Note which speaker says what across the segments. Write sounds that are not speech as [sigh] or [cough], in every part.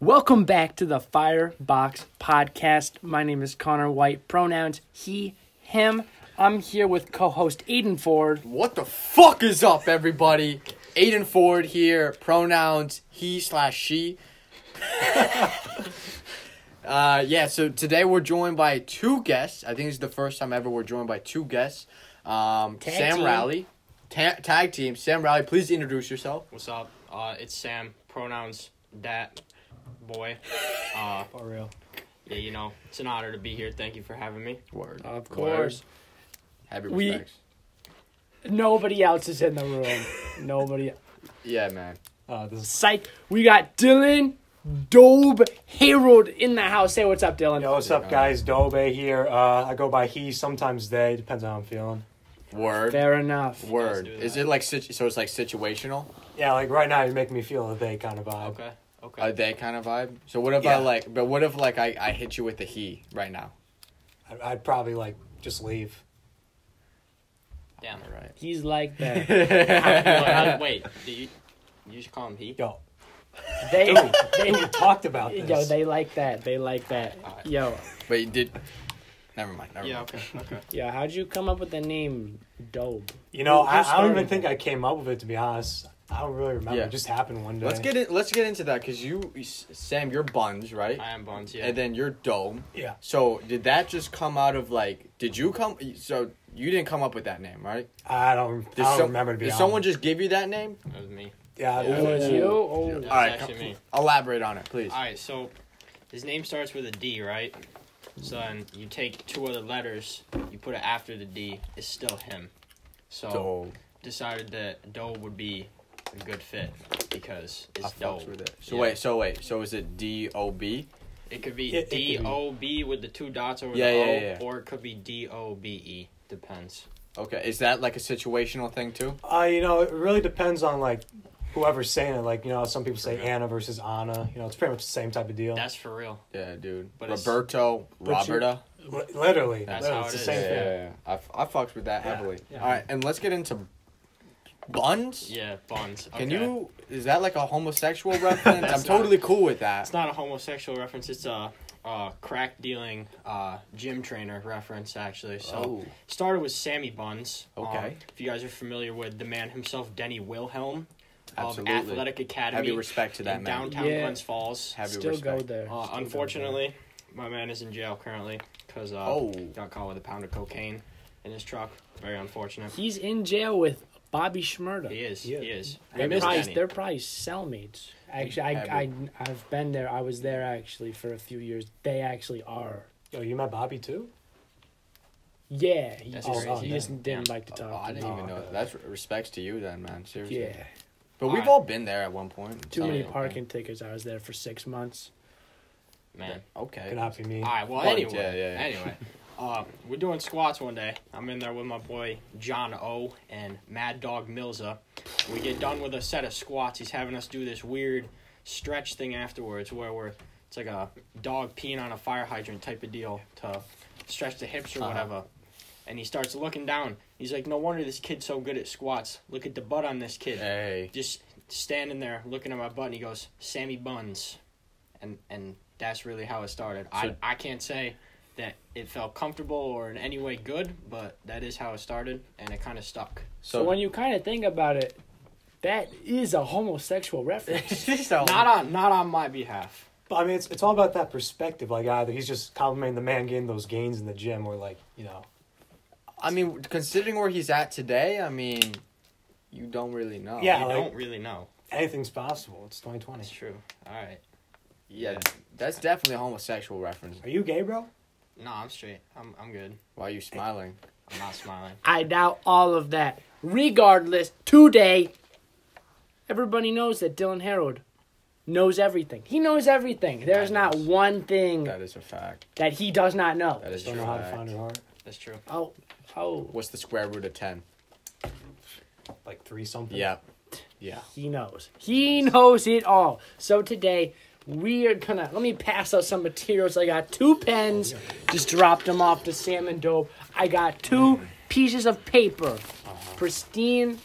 Speaker 1: Welcome back to the Firebox Podcast. My name is Connor White. Pronouns he, him. I'm here with co host Aiden Ford.
Speaker 2: What the fuck is up, everybody? Aiden Ford here. Pronouns he slash she. [laughs] uh, yeah. So today we're joined by two guests. I think this is the first time ever we're joined by two guests. Um,
Speaker 1: Tag
Speaker 2: Sam
Speaker 1: team.
Speaker 2: Rally, ta- tag team. Sam Rally, please introduce yourself.
Speaker 3: What's up? Uh, it's Sam. Pronouns that boy. Uh,
Speaker 4: For real.
Speaker 3: yeah, you know, it's an honor to be here. Thank you for having me.
Speaker 2: Word.
Speaker 1: Of
Speaker 2: course. Happy
Speaker 1: We-
Speaker 2: respects.
Speaker 1: Nobody else is in the room. Nobody.
Speaker 2: yeah, man.
Speaker 4: Uh, this is
Speaker 1: Psych. We got Dylan Dobe Harold in the house. Say what's up, Dylan.
Speaker 4: Yo, what's up, guys? Dobe here. Uh, I go by he, sometimes they, depends on how I'm feeling.
Speaker 2: Word.
Speaker 1: Fair enough.
Speaker 2: Word.
Speaker 3: do
Speaker 2: Is
Speaker 3: that.
Speaker 2: it like situ- so? It's like situational.
Speaker 4: Yeah, like right now, you're making me feel a they kind of
Speaker 2: Oh.
Speaker 4: vibe.
Speaker 3: Okay. Okay.
Speaker 2: Are they kind of vibe? So what if
Speaker 4: Yeah.
Speaker 2: I like? But what if like I I hit you with the he right now?
Speaker 4: I'd, I'd probably like just leave.
Speaker 3: Damn.
Speaker 2: All right.
Speaker 1: He's like
Speaker 4: [laughs]
Speaker 1: that.
Speaker 3: How-
Speaker 2: [laughs]
Speaker 3: Wait. Do you? You should call him he.
Speaker 4: Yo,
Speaker 1: They,
Speaker 4: dude,
Speaker 1: they,
Speaker 4: we talked about
Speaker 1: [laughs]
Speaker 4: this.
Speaker 1: yo, they like that. They like that.
Speaker 2: Alright.
Speaker 1: Yo,
Speaker 2: But you did. Never mind. Never
Speaker 3: Yeah.
Speaker 2: mind.
Speaker 3: Okay. Okay.
Speaker 1: yo, how'd you come up with the name Dobe?
Speaker 4: you know,
Speaker 1: Who-
Speaker 4: I,
Speaker 1: who
Speaker 4: I don't
Speaker 1: started
Speaker 4: even think
Speaker 1: it?
Speaker 4: I came up with it, to be honest. I don't really remember.
Speaker 2: Yeah.
Speaker 4: It just happened one day.
Speaker 2: Let's get it. Let's get into that because you, Sam, you're buns, right?
Speaker 3: I am Bonds. Yeah.
Speaker 2: And then you're dome.
Speaker 4: Yeah.
Speaker 2: So did that just come out of like? Did you come? So you didn't come up with that name, right?
Speaker 4: I don't, I
Speaker 2: Did
Speaker 4: don't
Speaker 2: some-
Speaker 4: remember, to be
Speaker 2: Did
Speaker 4: honest.
Speaker 2: someone just give you that name?
Speaker 3: that was me.
Speaker 4: Yeah, I-
Speaker 1: It was
Speaker 2: Ooh.
Speaker 1: you? Oh.
Speaker 3: That's
Speaker 2: All right,
Speaker 3: actually me.
Speaker 2: Elaborate on it, please.
Speaker 3: All right. So, his name starts with a D, right? So then you take two other letters, you put it after the D. It's still him. So
Speaker 2: So
Speaker 3: decided that Doe would be a good fit because
Speaker 2: I
Speaker 3: it's Doe.
Speaker 2: fucks with it. So
Speaker 3: Yeah.
Speaker 2: wait, so wait, so is it D O B?
Speaker 3: It could be
Speaker 4: It- it could be.
Speaker 3: D O B with the two dots over
Speaker 2: Yeah,
Speaker 3: the
Speaker 2: yeah,
Speaker 3: O,
Speaker 2: yeah.
Speaker 3: or it could be D O B E. Depends.
Speaker 2: Okay, is that like a situational thing too?
Speaker 4: Uh, you know, it really depends on like whoever's saying it. Like, you know, some people say Anna versus Anna. You know, it's pretty much the same type of deal.
Speaker 3: That's for real.
Speaker 2: Yeah, dude.
Speaker 3: But it's-
Speaker 2: Roberto,
Speaker 4: But you-
Speaker 2: Roberta.
Speaker 4: Li- literally,
Speaker 3: That's
Speaker 4: literally,
Speaker 3: how
Speaker 4: it's
Speaker 3: it
Speaker 4: the
Speaker 3: is.
Speaker 4: same
Speaker 2: Yeah,
Speaker 4: thing.
Speaker 2: yeah, yeah. I, f- I fucks with that
Speaker 4: Yeah,
Speaker 2: heavily.
Speaker 4: yeah.
Speaker 2: All right, and let's get into buns.
Speaker 3: Yeah, buns.
Speaker 2: Can
Speaker 3: Okay.
Speaker 2: you? Is that like a homosexual reference? I'm
Speaker 3: That's
Speaker 2: totally cool with
Speaker 3: It's
Speaker 2: that.
Speaker 3: not a homosexual reference. It's a, uh crack dealing uh, gym trainer reference actually. So
Speaker 2: Oh.
Speaker 3: started with Sammy Buns. Um,
Speaker 2: Okay.
Speaker 3: if you guys are familiar with the man himself, Denny Wilhelm of
Speaker 2: Absolutely.
Speaker 3: Athletic Academy
Speaker 2: Heavy respect to that
Speaker 3: in
Speaker 2: man.
Speaker 3: downtown
Speaker 1: Yeah.
Speaker 3: Glens Falls.
Speaker 2: Heavy
Speaker 1: Still go
Speaker 2: respect.
Speaker 1: there.
Speaker 3: Uh,
Speaker 1: Still go
Speaker 3: unfortunately, my man is in jail currently because uh,
Speaker 2: Oh.
Speaker 3: got caught with a pound of cocaine in his truck. Very unfortunate.
Speaker 1: there. He's in jail with Bobby Schmurda.
Speaker 3: He is.
Speaker 4: Yeah.
Speaker 3: He is. I
Speaker 1: They're
Speaker 3: miss
Speaker 1: probably,
Speaker 3: Danny.
Speaker 1: they're probably cellmates. Actually, I, I, I've been there. I was there actually for a few years. They actually are.
Speaker 4: Yo, you met Bobby too?
Speaker 1: Yeah, he
Speaker 3: That's
Speaker 1: just,
Speaker 4: crazy.
Speaker 1: he just didn't like to
Speaker 2: Oh,
Speaker 1: talk.
Speaker 2: I
Speaker 1: to me.
Speaker 2: didn't even know. That. That's respects to you, then, man. Seriously.
Speaker 1: Yeah,
Speaker 2: But we've
Speaker 3: Alright.
Speaker 2: all been there at one point.
Speaker 1: too
Speaker 2: So-
Speaker 1: many parking tickets. I was there for six months.
Speaker 3: Man.
Speaker 2: Okay.
Speaker 4: Could not be me.
Speaker 3: All right. Well,
Speaker 2: Buns,
Speaker 3: anyway.
Speaker 2: yeah, yeah, yeah.
Speaker 3: Anyway. Uh, we're doing squats one day. I'm in there with my boy John O and Mad Dog Milza. We get done with a set of squats. He's having us do this weird stretch thing afterwards where we're it's like a dog peeing on a fire hydrant type of deal to stretch the hips or
Speaker 2: Uh-huh.
Speaker 3: whatever. And he starts looking down. He's like, "No wonder this kid's so good at squats. Look at the butt on this kid."
Speaker 2: Hey.
Speaker 3: just standing there looking at my butt and he goes sammy buns and and that's really how it started
Speaker 2: So-
Speaker 3: i i can't say that it felt comfortable or in any way good but that is how it started and it kind of stuck
Speaker 1: So, when you kind of think about it, that is a homosexual reference.
Speaker 2: [laughs]
Speaker 4: Oh.
Speaker 2: so
Speaker 3: not on not on my behalf
Speaker 4: But I mean, it's, it's all about that perspective. Like, either he's just complimenting the man getting those gains in the gym, or like, you know,
Speaker 2: I mean, considering where he's at today, I mean, you don't really know.
Speaker 4: Yeah,
Speaker 3: you
Speaker 4: like-
Speaker 3: don't really know
Speaker 4: anything's possible. It's
Speaker 3: it's
Speaker 4: 2020.
Speaker 3: true all right
Speaker 2: Yeah. That's definitely a homosexual reference.
Speaker 4: Are you gay, bro?
Speaker 3: no i'm straight i'm i'm good
Speaker 2: Why are you smiling?
Speaker 3: i'm not smiling
Speaker 1: I doubt all of that. Regardless, today, everybody knows that Dylan Harold knows everything. He knows everything. There's not one thing
Speaker 2: That is a fact.
Speaker 1: that he does not know.
Speaker 2: That is
Speaker 4: Don't
Speaker 2: true.
Speaker 4: know how
Speaker 2: fact.
Speaker 4: to find her heart.
Speaker 3: that's true
Speaker 1: Oh, oh,
Speaker 2: What's the square root of 10?
Speaker 4: Like three something.
Speaker 2: Yeah. Yeah.
Speaker 1: he knows. He knows it all. So today we are gonna let me pass out some materials. I got two pens, just dropped them off to Sam and Dope. I got two pieces of paper, pristine.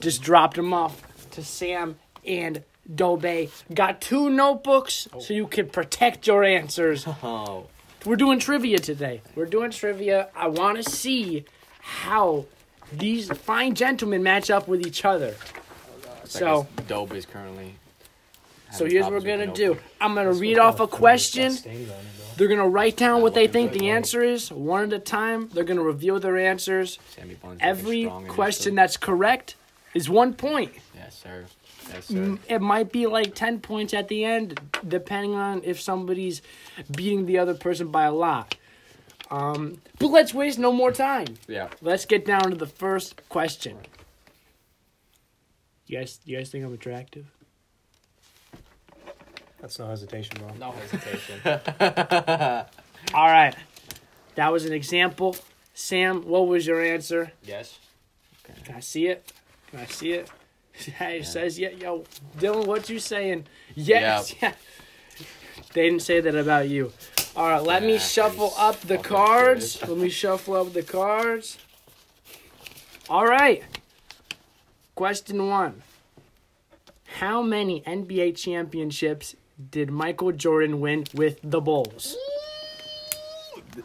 Speaker 1: Just dropped them off to Sam and Dobe got two notebooks so you can protect your answers.
Speaker 2: Oh.
Speaker 1: We're doing trivia today. We're doing trivia. I want to see how these fine gentlemen match up with each other. So,
Speaker 2: Dope is currently.
Speaker 1: so
Speaker 2: having
Speaker 1: here's what we're
Speaker 2: problems with
Speaker 1: gonna
Speaker 2: Dope.
Speaker 1: do. I'm gonna read off a question.
Speaker 4: Stains on it, bro.
Speaker 1: They're gonna write down what they
Speaker 2: looking
Speaker 1: think
Speaker 2: good,
Speaker 1: the
Speaker 2: man.
Speaker 1: answer is, one at a time. They're gonna reveal their answers.
Speaker 2: Sammy Bonds looking
Speaker 1: Every
Speaker 2: strong in his
Speaker 1: question
Speaker 2: suit.
Speaker 1: that's correct is one point.
Speaker 2: Yes, sir. Yes, sir.
Speaker 1: It might be like ten points at the end, depending on if somebody's beating the other person by a lot. Um, but let's waste no more time.
Speaker 2: Yeah.
Speaker 1: Let's get down to the first question. You guys, you guys think I'm attractive?
Speaker 4: That's no hesitation, bro.
Speaker 3: No hesitation.
Speaker 4: [laughs]
Speaker 1: All right, that was an example. Sam, what was your answer?
Speaker 3: yes.
Speaker 1: Can I see it? Can I see it? [laughs] Hey, it says yeah, yo, Dylan, what you saying? Yes, [laughs] yeah. They didn't say that about you. All right, let me
Speaker 2: Yeah,
Speaker 1: shuffle
Speaker 2: he's
Speaker 1: up the
Speaker 2: fucking
Speaker 1: cards.
Speaker 2: serious.
Speaker 1: Let me shuffle up the cards. All right. Question one: How many NBA championships did Michael Jordan win with the Bulls?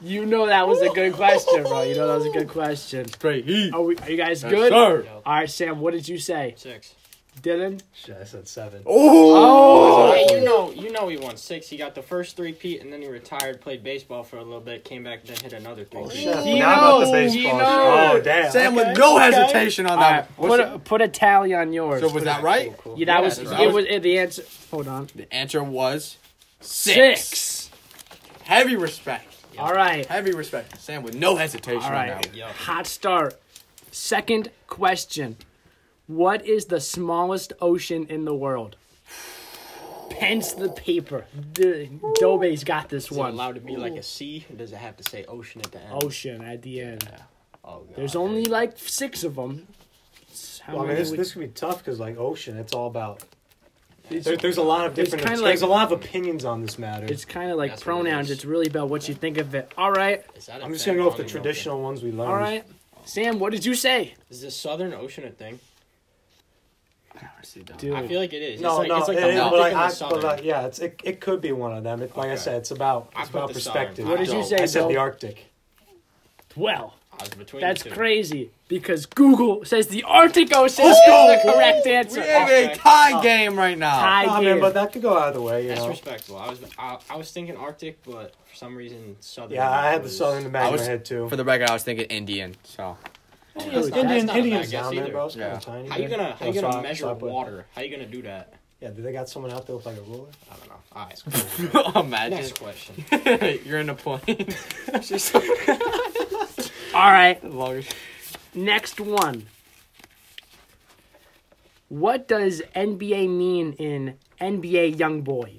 Speaker 1: You know that was a good question, bro. You know that was a good question.
Speaker 2: Straight heat.
Speaker 1: Are, we, are you guys
Speaker 2: Yes,
Speaker 1: Oh, good?
Speaker 2: sir.
Speaker 1: All right, Sam, what did you say?
Speaker 3: Six.
Speaker 1: Dylan?
Speaker 4: Shit, I said seven.
Speaker 1: Oh,
Speaker 2: Oh.
Speaker 3: Hey, you know, you know, he won six. He got the first three peat, and then he retired, played baseball for a little bit, came back, then hit another three.
Speaker 4: Oh,
Speaker 3: peat.
Speaker 4: shit. I
Speaker 1: He
Speaker 4: forgot about the
Speaker 1: knows, he
Speaker 4: baseball.
Speaker 1: knows.
Speaker 4: Oh, damn.
Speaker 2: Sam
Speaker 4: okay.
Speaker 2: with no hesitation on
Speaker 1: All
Speaker 2: that.
Speaker 1: right,
Speaker 2: What's
Speaker 1: put a, put a tally on
Speaker 2: the-
Speaker 1: yours.
Speaker 2: so was that right?
Speaker 1: yeah, that
Speaker 3: Yeah,
Speaker 1: was,
Speaker 3: that's
Speaker 1: it
Speaker 2: right.
Speaker 1: was it, the answer. Hold on.
Speaker 2: The answer was six.
Speaker 1: Six.
Speaker 2: Heavy respect.
Speaker 1: All right.
Speaker 2: Heavy respect. Sam with no hesitation
Speaker 1: All
Speaker 2: on that.
Speaker 1: right.
Speaker 2: one.
Speaker 3: Yo.
Speaker 1: Hot start. Second question. What is the smallest ocean in the world? Pence the paper. D- Dobe's got this
Speaker 3: Is it
Speaker 1: one.
Speaker 3: allowed to be like a sea? Or does it have to say ocean at the end?
Speaker 1: Ocean at the end.
Speaker 3: Oh, God.
Speaker 1: There's only like six of them. How
Speaker 4: Well, I mean,
Speaker 1: many
Speaker 4: this,
Speaker 1: would-
Speaker 4: this could be tough because, like, ocean, it's all about. There, there's a lot of different.
Speaker 1: kinda
Speaker 4: There's,
Speaker 1: like-
Speaker 4: a lot of opinions on this matter.
Speaker 1: It's kind of like
Speaker 3: That's what it
Speaker 1: pronouns.
Speaker 3: is.
Speaker 1: it's really about what you think of it. All right,
Speaker 3: Is that a
Speaker 4: I'm just
Speaker 3: thing?
Speaker 4: gonna go
Speaker 3: I
Speaker 4: with the
Speaker 3: don't even know.
Speaker 4: traditional ones we learned.
Speaker 1: all right. Sam, what did you say?
Speaker 3: Is the Southern Ocean a thing?
Speaker 1: Dude,
Speaker 3: I feel like it is. it's
Speaker 4: No,
Speaker 3: like,
Speaker 4: no,
Speaker 3: it's like
Speaker 4: it
Speaker 3: the
Speaker 4: is,
Speaker 3: Baltic
Speaker 4: but, like,
Speaker 3: and the
Speaker 4: I,
Speaker 3: Southern.
Speaker 4: but like, yeah, it's it, it could be one of them. It, like I
Speaker 2: Okay.
Speaker 4: said, it's about
Speaker 3: I
Speaker 4: it's
Speaker 3: put
Speaker 4: about
Speaker 3: the Southern.
Speaker 4: perspective.
Speaker 1: what did you
Speaker 3: Dope.
Speaker 1: say?
Speaker 4: I said
Speaker 1: Bill?
Speaker 4: the Arctic.
Speaker 1: Well,
Speaker 3: I was between
Speaker 1: that's
Speaker 3: the two.
Speaker 1: crazy because Google says the Arctic Ocean is
Speaker 2: go!
Speaker 1: the correct answer. Oh.
Speaker 2: We have a tie game right now.
Speaker 1: Tie. I
Speaker 4: Nah,
Speaker 1: did.
Speaker 4: man, but that could go either way. You
Speaker 3: That's
Speaker 4: know.
Speaker 3: respectful. I was I, I was thinking Arctic, but for some reason Southern.
Speaker 4: Yeah, I had the
Speaker 3: was-
Speaker 4: Southern in the back
Speaker 2: I
Speaker 4: of my
Speaker 2: was-
Speaker 4: head too.
Speaker 2: For the record, I was thinking Indian. So [laughs]
Speaker 1: Dude,
Speaker 3: not-
Speaker 4: Indian,
Speaker 3: not a bad
Speaker 4: Indians down
Speaker 3: guess
Speaker 4: there,
Speaker 3: either.
Speaker 4: bro. It's kind
Speaker 2: Yeah.
Speaker 4: of tiny.
Speaker 3: How you gonna how you
Speaker 4: Yeah,
Speaker 3: gonna
Speaker 4: so I-
Speaker 3: measure
Speaker 4: so I put-
Speaker 3: water? How you gonna do that?
Speaker 4: Yeah, do they got someone out there with like a ruler?
Speaker 3: I don't know. All
Speaker 1: [laughs]
Speaker 3: right.
Speaker 2: imagine
Speaker 3: Next question.
Speaker 2: Oh, [laughs] you're in a plane. Just
Speaker 1: All right,
Speaker 2: long
Speaker 1: next one. What does NBA mean in NBA Young Boy?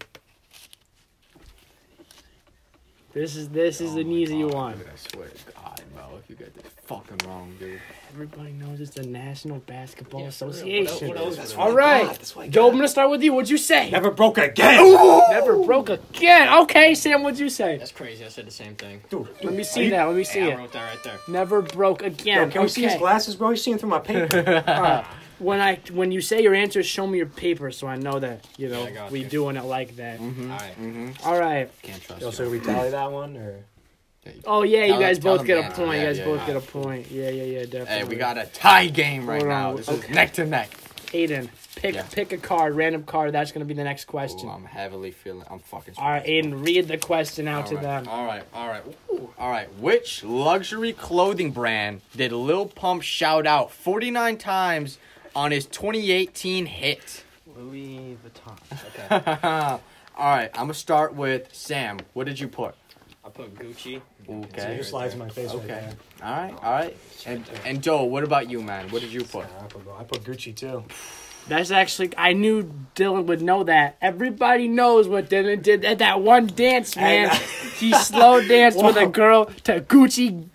Speaker 1: This is this
Speaker 3: Oh
Speaker 1: is an easy one.
Speaker 2: I swear to God, Mel, if you get this fucking wrong, dude.
Speaker 1: Everybody knows it's the National Basketball
Speaker 3: Yeah, for real.
Speaker 1: Association.
Speaker 3: What else- what else
Speaker 1: All
Speaker 3: would
Speaker 1: right,
Speaker 4: God, that's what I
Speaker 1: Joe, I'm gonna start with you. What'd you say?
Speaker 4: Never broke again.
Speaker 1: Never broke again. Okay, Sam, what'd you say?
Speaker 3: That's crazy. I said the same thing.
Speaker 4: Dude,
Speaker 1: Let me see that. Let me see
Speaker 3: Hey, I
Speaker 1: it.
Speaker 3: wrote that right there.
Speaker 1: Never broke
Speaker 4: yo,
Speaker 1: again.
Speaker 4: can we see his
Speaker 1: Okay.
Speaker 4: glasses, bro? He's seeing through my paper.
Speaker 1: When I when you say your answer, show me your paper so I know that you know
Speaker 3: Yeah, I got
Speaker 1: we
Speaker 3: you.
Speaker 1: doing it like that.
Speaker 2: Mm-hmm.
Speaker 3: All right.
Speaker 1: All right.
Speaker 2: Can't trust
Speaker 4: Yo, so do we tally that one or?
Speaker 1: Oh yeah, you
Speaker 2: Tell-
Speaker 1: guys
Speaker 2: tell
Speaker 1: both
Speaker 2: them
Speaker 1: get
Speaker 2: the
Speaker 1: a
Speaker 2: answer.
Speaker 1: point. You
Speaker 2: Yeah,
Speaker 1: guys
Speaker 2: yeah,
Speaker 1: both
Speaker 2: yeah.
Speaker 1: get a point. Yeah, yeah, yeah, definitely.
Speaker 2: Hey, we got a tie game right
Speaker 1: Hold on,
Speaker 2: now. This
Speaker 1: okay.
Speaker 2: is neck to neck.
Speaker 1: Aiden. Pick
Speaker 2: Yeah.
Speaker 1: pick a card, random card. That's gonna be the next
Speaker 2: Ooh,
Speaker 1: question.
Speaker 2: I'm heavily feeling. I'm fucking.
Speaker 1: All right, Aiden, read the question out to
Speaker 2: All right,
Speaker 1: them.
Speaker 2: all right, all right, Ooh, all right. Which luxury clothing brand did Lil Pump shout out 49 times on his 2018 hit?
Speaker 3: Louis Vuitton. Okay.
Speaker 2: [laughs] all right, I'm gonna start with Sam. What did you put?
Speaker 3: I put Gucci.
Speaker 4: So
Speaker 2: Okay.
Speaker 4: your slides in my face right
Speaker 2: Okay.
Speaker 4: there.
Speaker 2: All right, all right. And and Doe, what about you, man? What did you put?
Speaker 4: I put, bro, I put Gucci too.
Speaker 1: That's actually I knew Dylan would know that. Everybody knows what Dylan did at that one dance, man.
Speaker 4: And-
Speaker 1: he
Speaker 2: [laughs]
Speaker 1: slow danced with a
Speaker 4: Whoa.
Speaker 1: girl to Gucci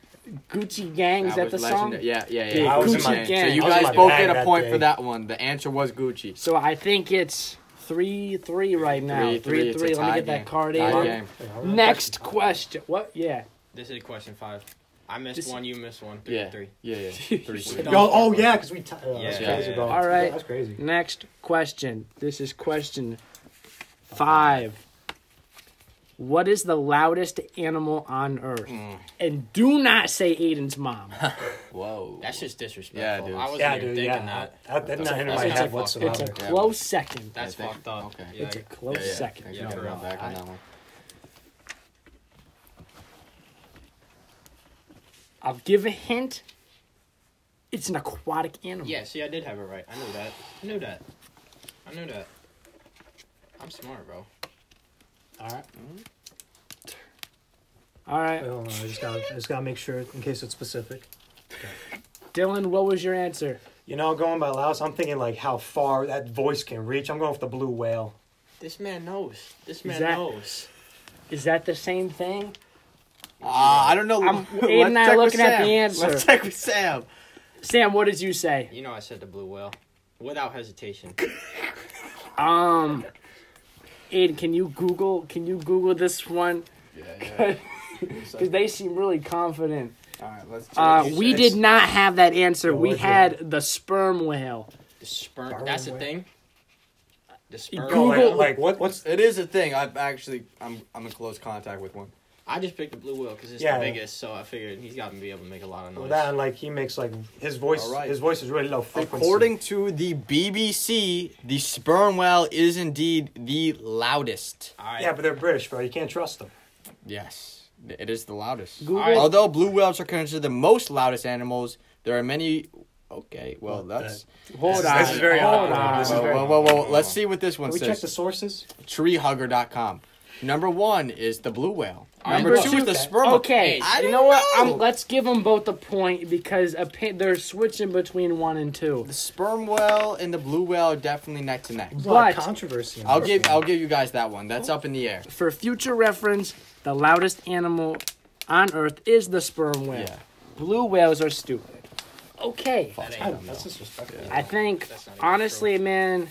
Speaker 1: Gucci Gang. Is
Speaker 2: That
Speaker 1: that the
Speaker 2: was
Speaker 1: song?
Speaker 2: legendary. Yeah, yeah, yeah.
Speaker 1: Yeah,
Speaker 4: I was in Gucci
Speaker 1: my- gang.
Speaker 2: So you
Speaker 4: I was in
Speaker 2: guys
Speaker 4: my
Speaker 2: both
Speaker 4: bag
Speaker 2: get a
Speaker 4: that
Speaker 2: point
Speaker 4: day.
Speaker 2: for that one. The answer was Gucci.
Speaker 1: So I think it's three three right now. Three three.
Speaker 2: Three, three, it's a
Speaker 1: Let me
Speaker 2: tie
Speaker 1: get that
Speaker 2: game.
Speaker 1: card
Speaker 2: Tie
Speaker 1: in.
Speaker 2: game.
Speaker 4: Yeah, I don't know.
Speaker 1: Next question. What? Yeah.
Speaker 3: This is question five. I missed
Speaker 1: Just-
Speaker 3: one. You missed one. Three,
Speaker 2: Yeah.
Speaker 3: three.
Speaker 2: Yeah, yeah. Three. three.
Speaker 4: Oh, oh yeah, because we. T- oh, that's
Speaker 3: Yeah.
Speaker 4: crazy, bro.
Speaker 1: All right.
Speaker 4: That's crazy.
Speaker 1: Next question. This is question five. What is the loudest animal on earth?
Speaker 2: Mm.
Speaker 1: And do not say Aiden's mom.
Speaker 2: Whoa.
Speaker 3: That's just
Speaker 2: Yeah,
Speaker 3: disrespectful.
Speaker 2: dude.
Speaker 3: I wasn't
Speaker 4: Yeah,
Speaker 3: even
Speaker 4: dude.
Speaker 3: thinking
Speaker 4: Yeah,
Speaker 3: that.
Speaker 4: that, that did not enter my
Speaker 1: It's
Speaker 4: head
Speaker 1: a-
Speaker 4: whatsoever.
Speaker 1: It's a
Speaker 3: Yeah.
Speaker 1: close second.
Speaker 3: That's
Speaker 2: Yeah,
Speaker 3: fucked up.
Speaker 2: okay.
Speaker 3: Yeah,
Speaker 1: It's a
Speaker 3: yeah.
Speaker 1: close
Speaker 2: yeah, yeah.
Speaker 1: second.
Speaker 2: Thanks for
Speaker 1: No.
Speaker 2: coming back on that one.
Speaker 1: I'll give a hint. It's an aquatic animal.
Speaker 3: Yeah, see, I did have it right. I knew that. I knew that. I knew that. I'm smart, bro.
Speaker 1: All right. All right,
Speaker 4: Wait, hold on, Oh, I just gotta, I just gotta make sure in case it's specific.
Speaker 1: Dylan. What was your answer?
Speaker 4: You know, going by Laos, I'm thinking like how far that voice can reach. I'm going with the blue whale.
Speaker 3: This man knows. This man
Speaker 1: that-
Speaker 3: knows.
Speaker 1: Is that the same thing?
Speaker 2: Ah, I don't know. [laughs]
Speaker 1: I'm-
Speaker 2: Let's
Speaker 1: Aiden and I
Speaker 2: check with
Speaker 1: looking at the
Speaker 2: Sam.
Speaker 1: answer.
Speaker 2: Let's check with Sam.
Speaker 1: Sam, what did you say?
Speaker 3: You know, I said the blue whale without
Speaker 4: [laughs]
Speaker 3: hesitation.
Speaker 1: Um, Aiden, can you Google? Can you Google this one? [laughs]
Speaker 2: Yeah,
Speaker 1: Because they seem really confident.
Speaker 2: All right, let's check.
Speaker 1: Uh, we did not have that answer.
Speaker 4: What
Speaker 1: We
Speaker 4: was it?
Speaker 1: had the sperm whale.
Speaker 3: The sperm. That's the
Speaker 4: whale.
Speaker 3: thing. The sperm.
Speaker 1: Google-
Speaker 4: Like,
Speaker 3: whale.
Speaker 4: like what? What's
Speaker 2: It is a thing. I've actually, I'm, I'm in close contact with one.
Speaker 3: I just picked the blue whale because it's
Speaker 4: Yeah.
Speaker 3: the biggest, so I figured he's got to be able to make a lot of
Speaker 4: well,
Speaker 3: noise.
Speaker 4: that? And like he makes like his voice.
Speaker 2: All right.
Speaker 4: His voice is really low frequency.
Speaker 2: According to the BBC, the sperm whale is indeed the loudest.
Speaker 3: All right.
Speaker 4: Yeah, but they're British, bro. You can't trust them.
Speaker 2: Yes, it is the loudest.
Speaker 1: Google.
Speaker 3: All right.
Speaker 2: Although blue whales are considered the most loudest animals, there are many. Okay, well that's.
Speaker 1: Hold
Speaker 4: This is-
Speaker 1: on.
Speaker 4: this is very
Speaker 1: hold
Speaker 4: awkward.
Speaker 1: on.
Speaker 4: This is
Speaker 2: Whoa,
Speaker 4: very-
Speaker 2: whoa, whoa, whoa! Let's see what this one
Speaker 4: Can we check
Speaker 2: says.
Speaker 4: the sources?
Speaker 2: Treehugger.com. Number one is the blue whale.
Speaker 3: right,
Speaker 2: Number
Speaker 1: but-
Speaker 2: two is the
Speaker 4: Okay.
Speaker 2: sperm. whale.
Speaker 1: Okay,
Speaker 2: I
Speaker 1: you
Speaker 2: didn't
Speaker 1: know what?
Speaker 2: know.
Speaker 1: Um let's give them both a point because a pa- they're switching between one and two.
Speaker 2: The sperm whale and the blue whale are definitely neck to neck.
Speaker 4: There's a lot of
Speaker 1: But-
Speaker 4: controversy. in
Speaker 2: I'll
Speaker 4: this
Speaker 2: give
Speaker 4: one.
Speaker 2: I'll give you guys that one. That's up in the air.
Speaker 1: For future reference, the loudest animal on Earth is the sperm whale.
Speaker 2: Yeah.
Speaker 1: Blue whales are stupid. Okay,
Speaker 3: That ain't
Speaker 4: I
Speaker 3: no-
Speaker 4: don't know. That's disrespectful.
Speaker 1: I think
Speaker 3: That's not even
Speaker 1: honestly, man,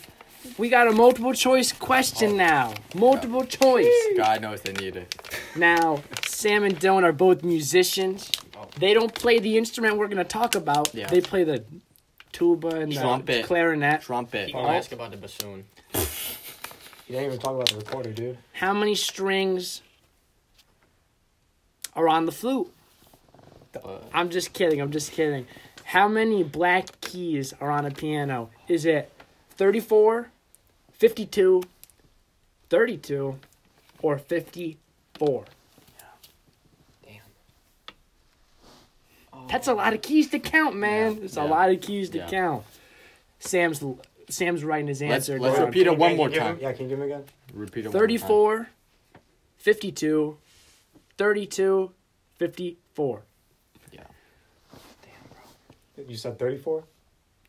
Speaker 1: we got a multiple choice question
Speaker 2: Oh.
Speaker 1: now. Multiple choice.
Speaker 2: God knows they need it.
Speaker 1: Now, Sam and Dylan are both musicians.
Speaker 3: Oh.
Speaker 1: They don't play the instrument we're gonna talk about.
Speaker 2: Yeah.
Speaker 1: They play the tuba and the
Speaker 2: Trumpet.
Speaker 1: clarinet.
Speaker 2: Trumpet.
Speaker 3: He gonna ask about the bassoon.
Speaker 4: You didn't even talk about the recorder, dude.
Speaker 1: How many strings are on the flute?
Speaker 2: Uh.
Speaker 1: I'm just kidding. I'm just kidding. How many black keys are on a piano? Is it 34, 52, 32, or 54?
Speaker 3: Damn.
Speaker 1: That's a lot of keys to count, man.
Speaker 2: Yeah,
Speaker 1: It's
Speaker 2: yeah,
Speaker 1: a lot of keys to
Speaker 2: yeah.
Speaker 1: count. Sam's Sam's writing his
Speaker 2: Let's-
Speaker 1: answer.
Speaker 2: let's
Speaker 1: down.
Speaker 2: repeat
Speaker 4: Can
Speaker 2: it
Speaker 4: you-
Speaker 2: one
Speaker 4: can
Speaker 2: more
Speaker 4: you give him-
Speaker 2: time.
Speaker 4: Yeah, can you give him again?
Speaker 2: Repeat it. one more time.
Speaker 1: 34, 52, 32, 54.
Speaker 2: Yeah.
Speaker 4: You said 34?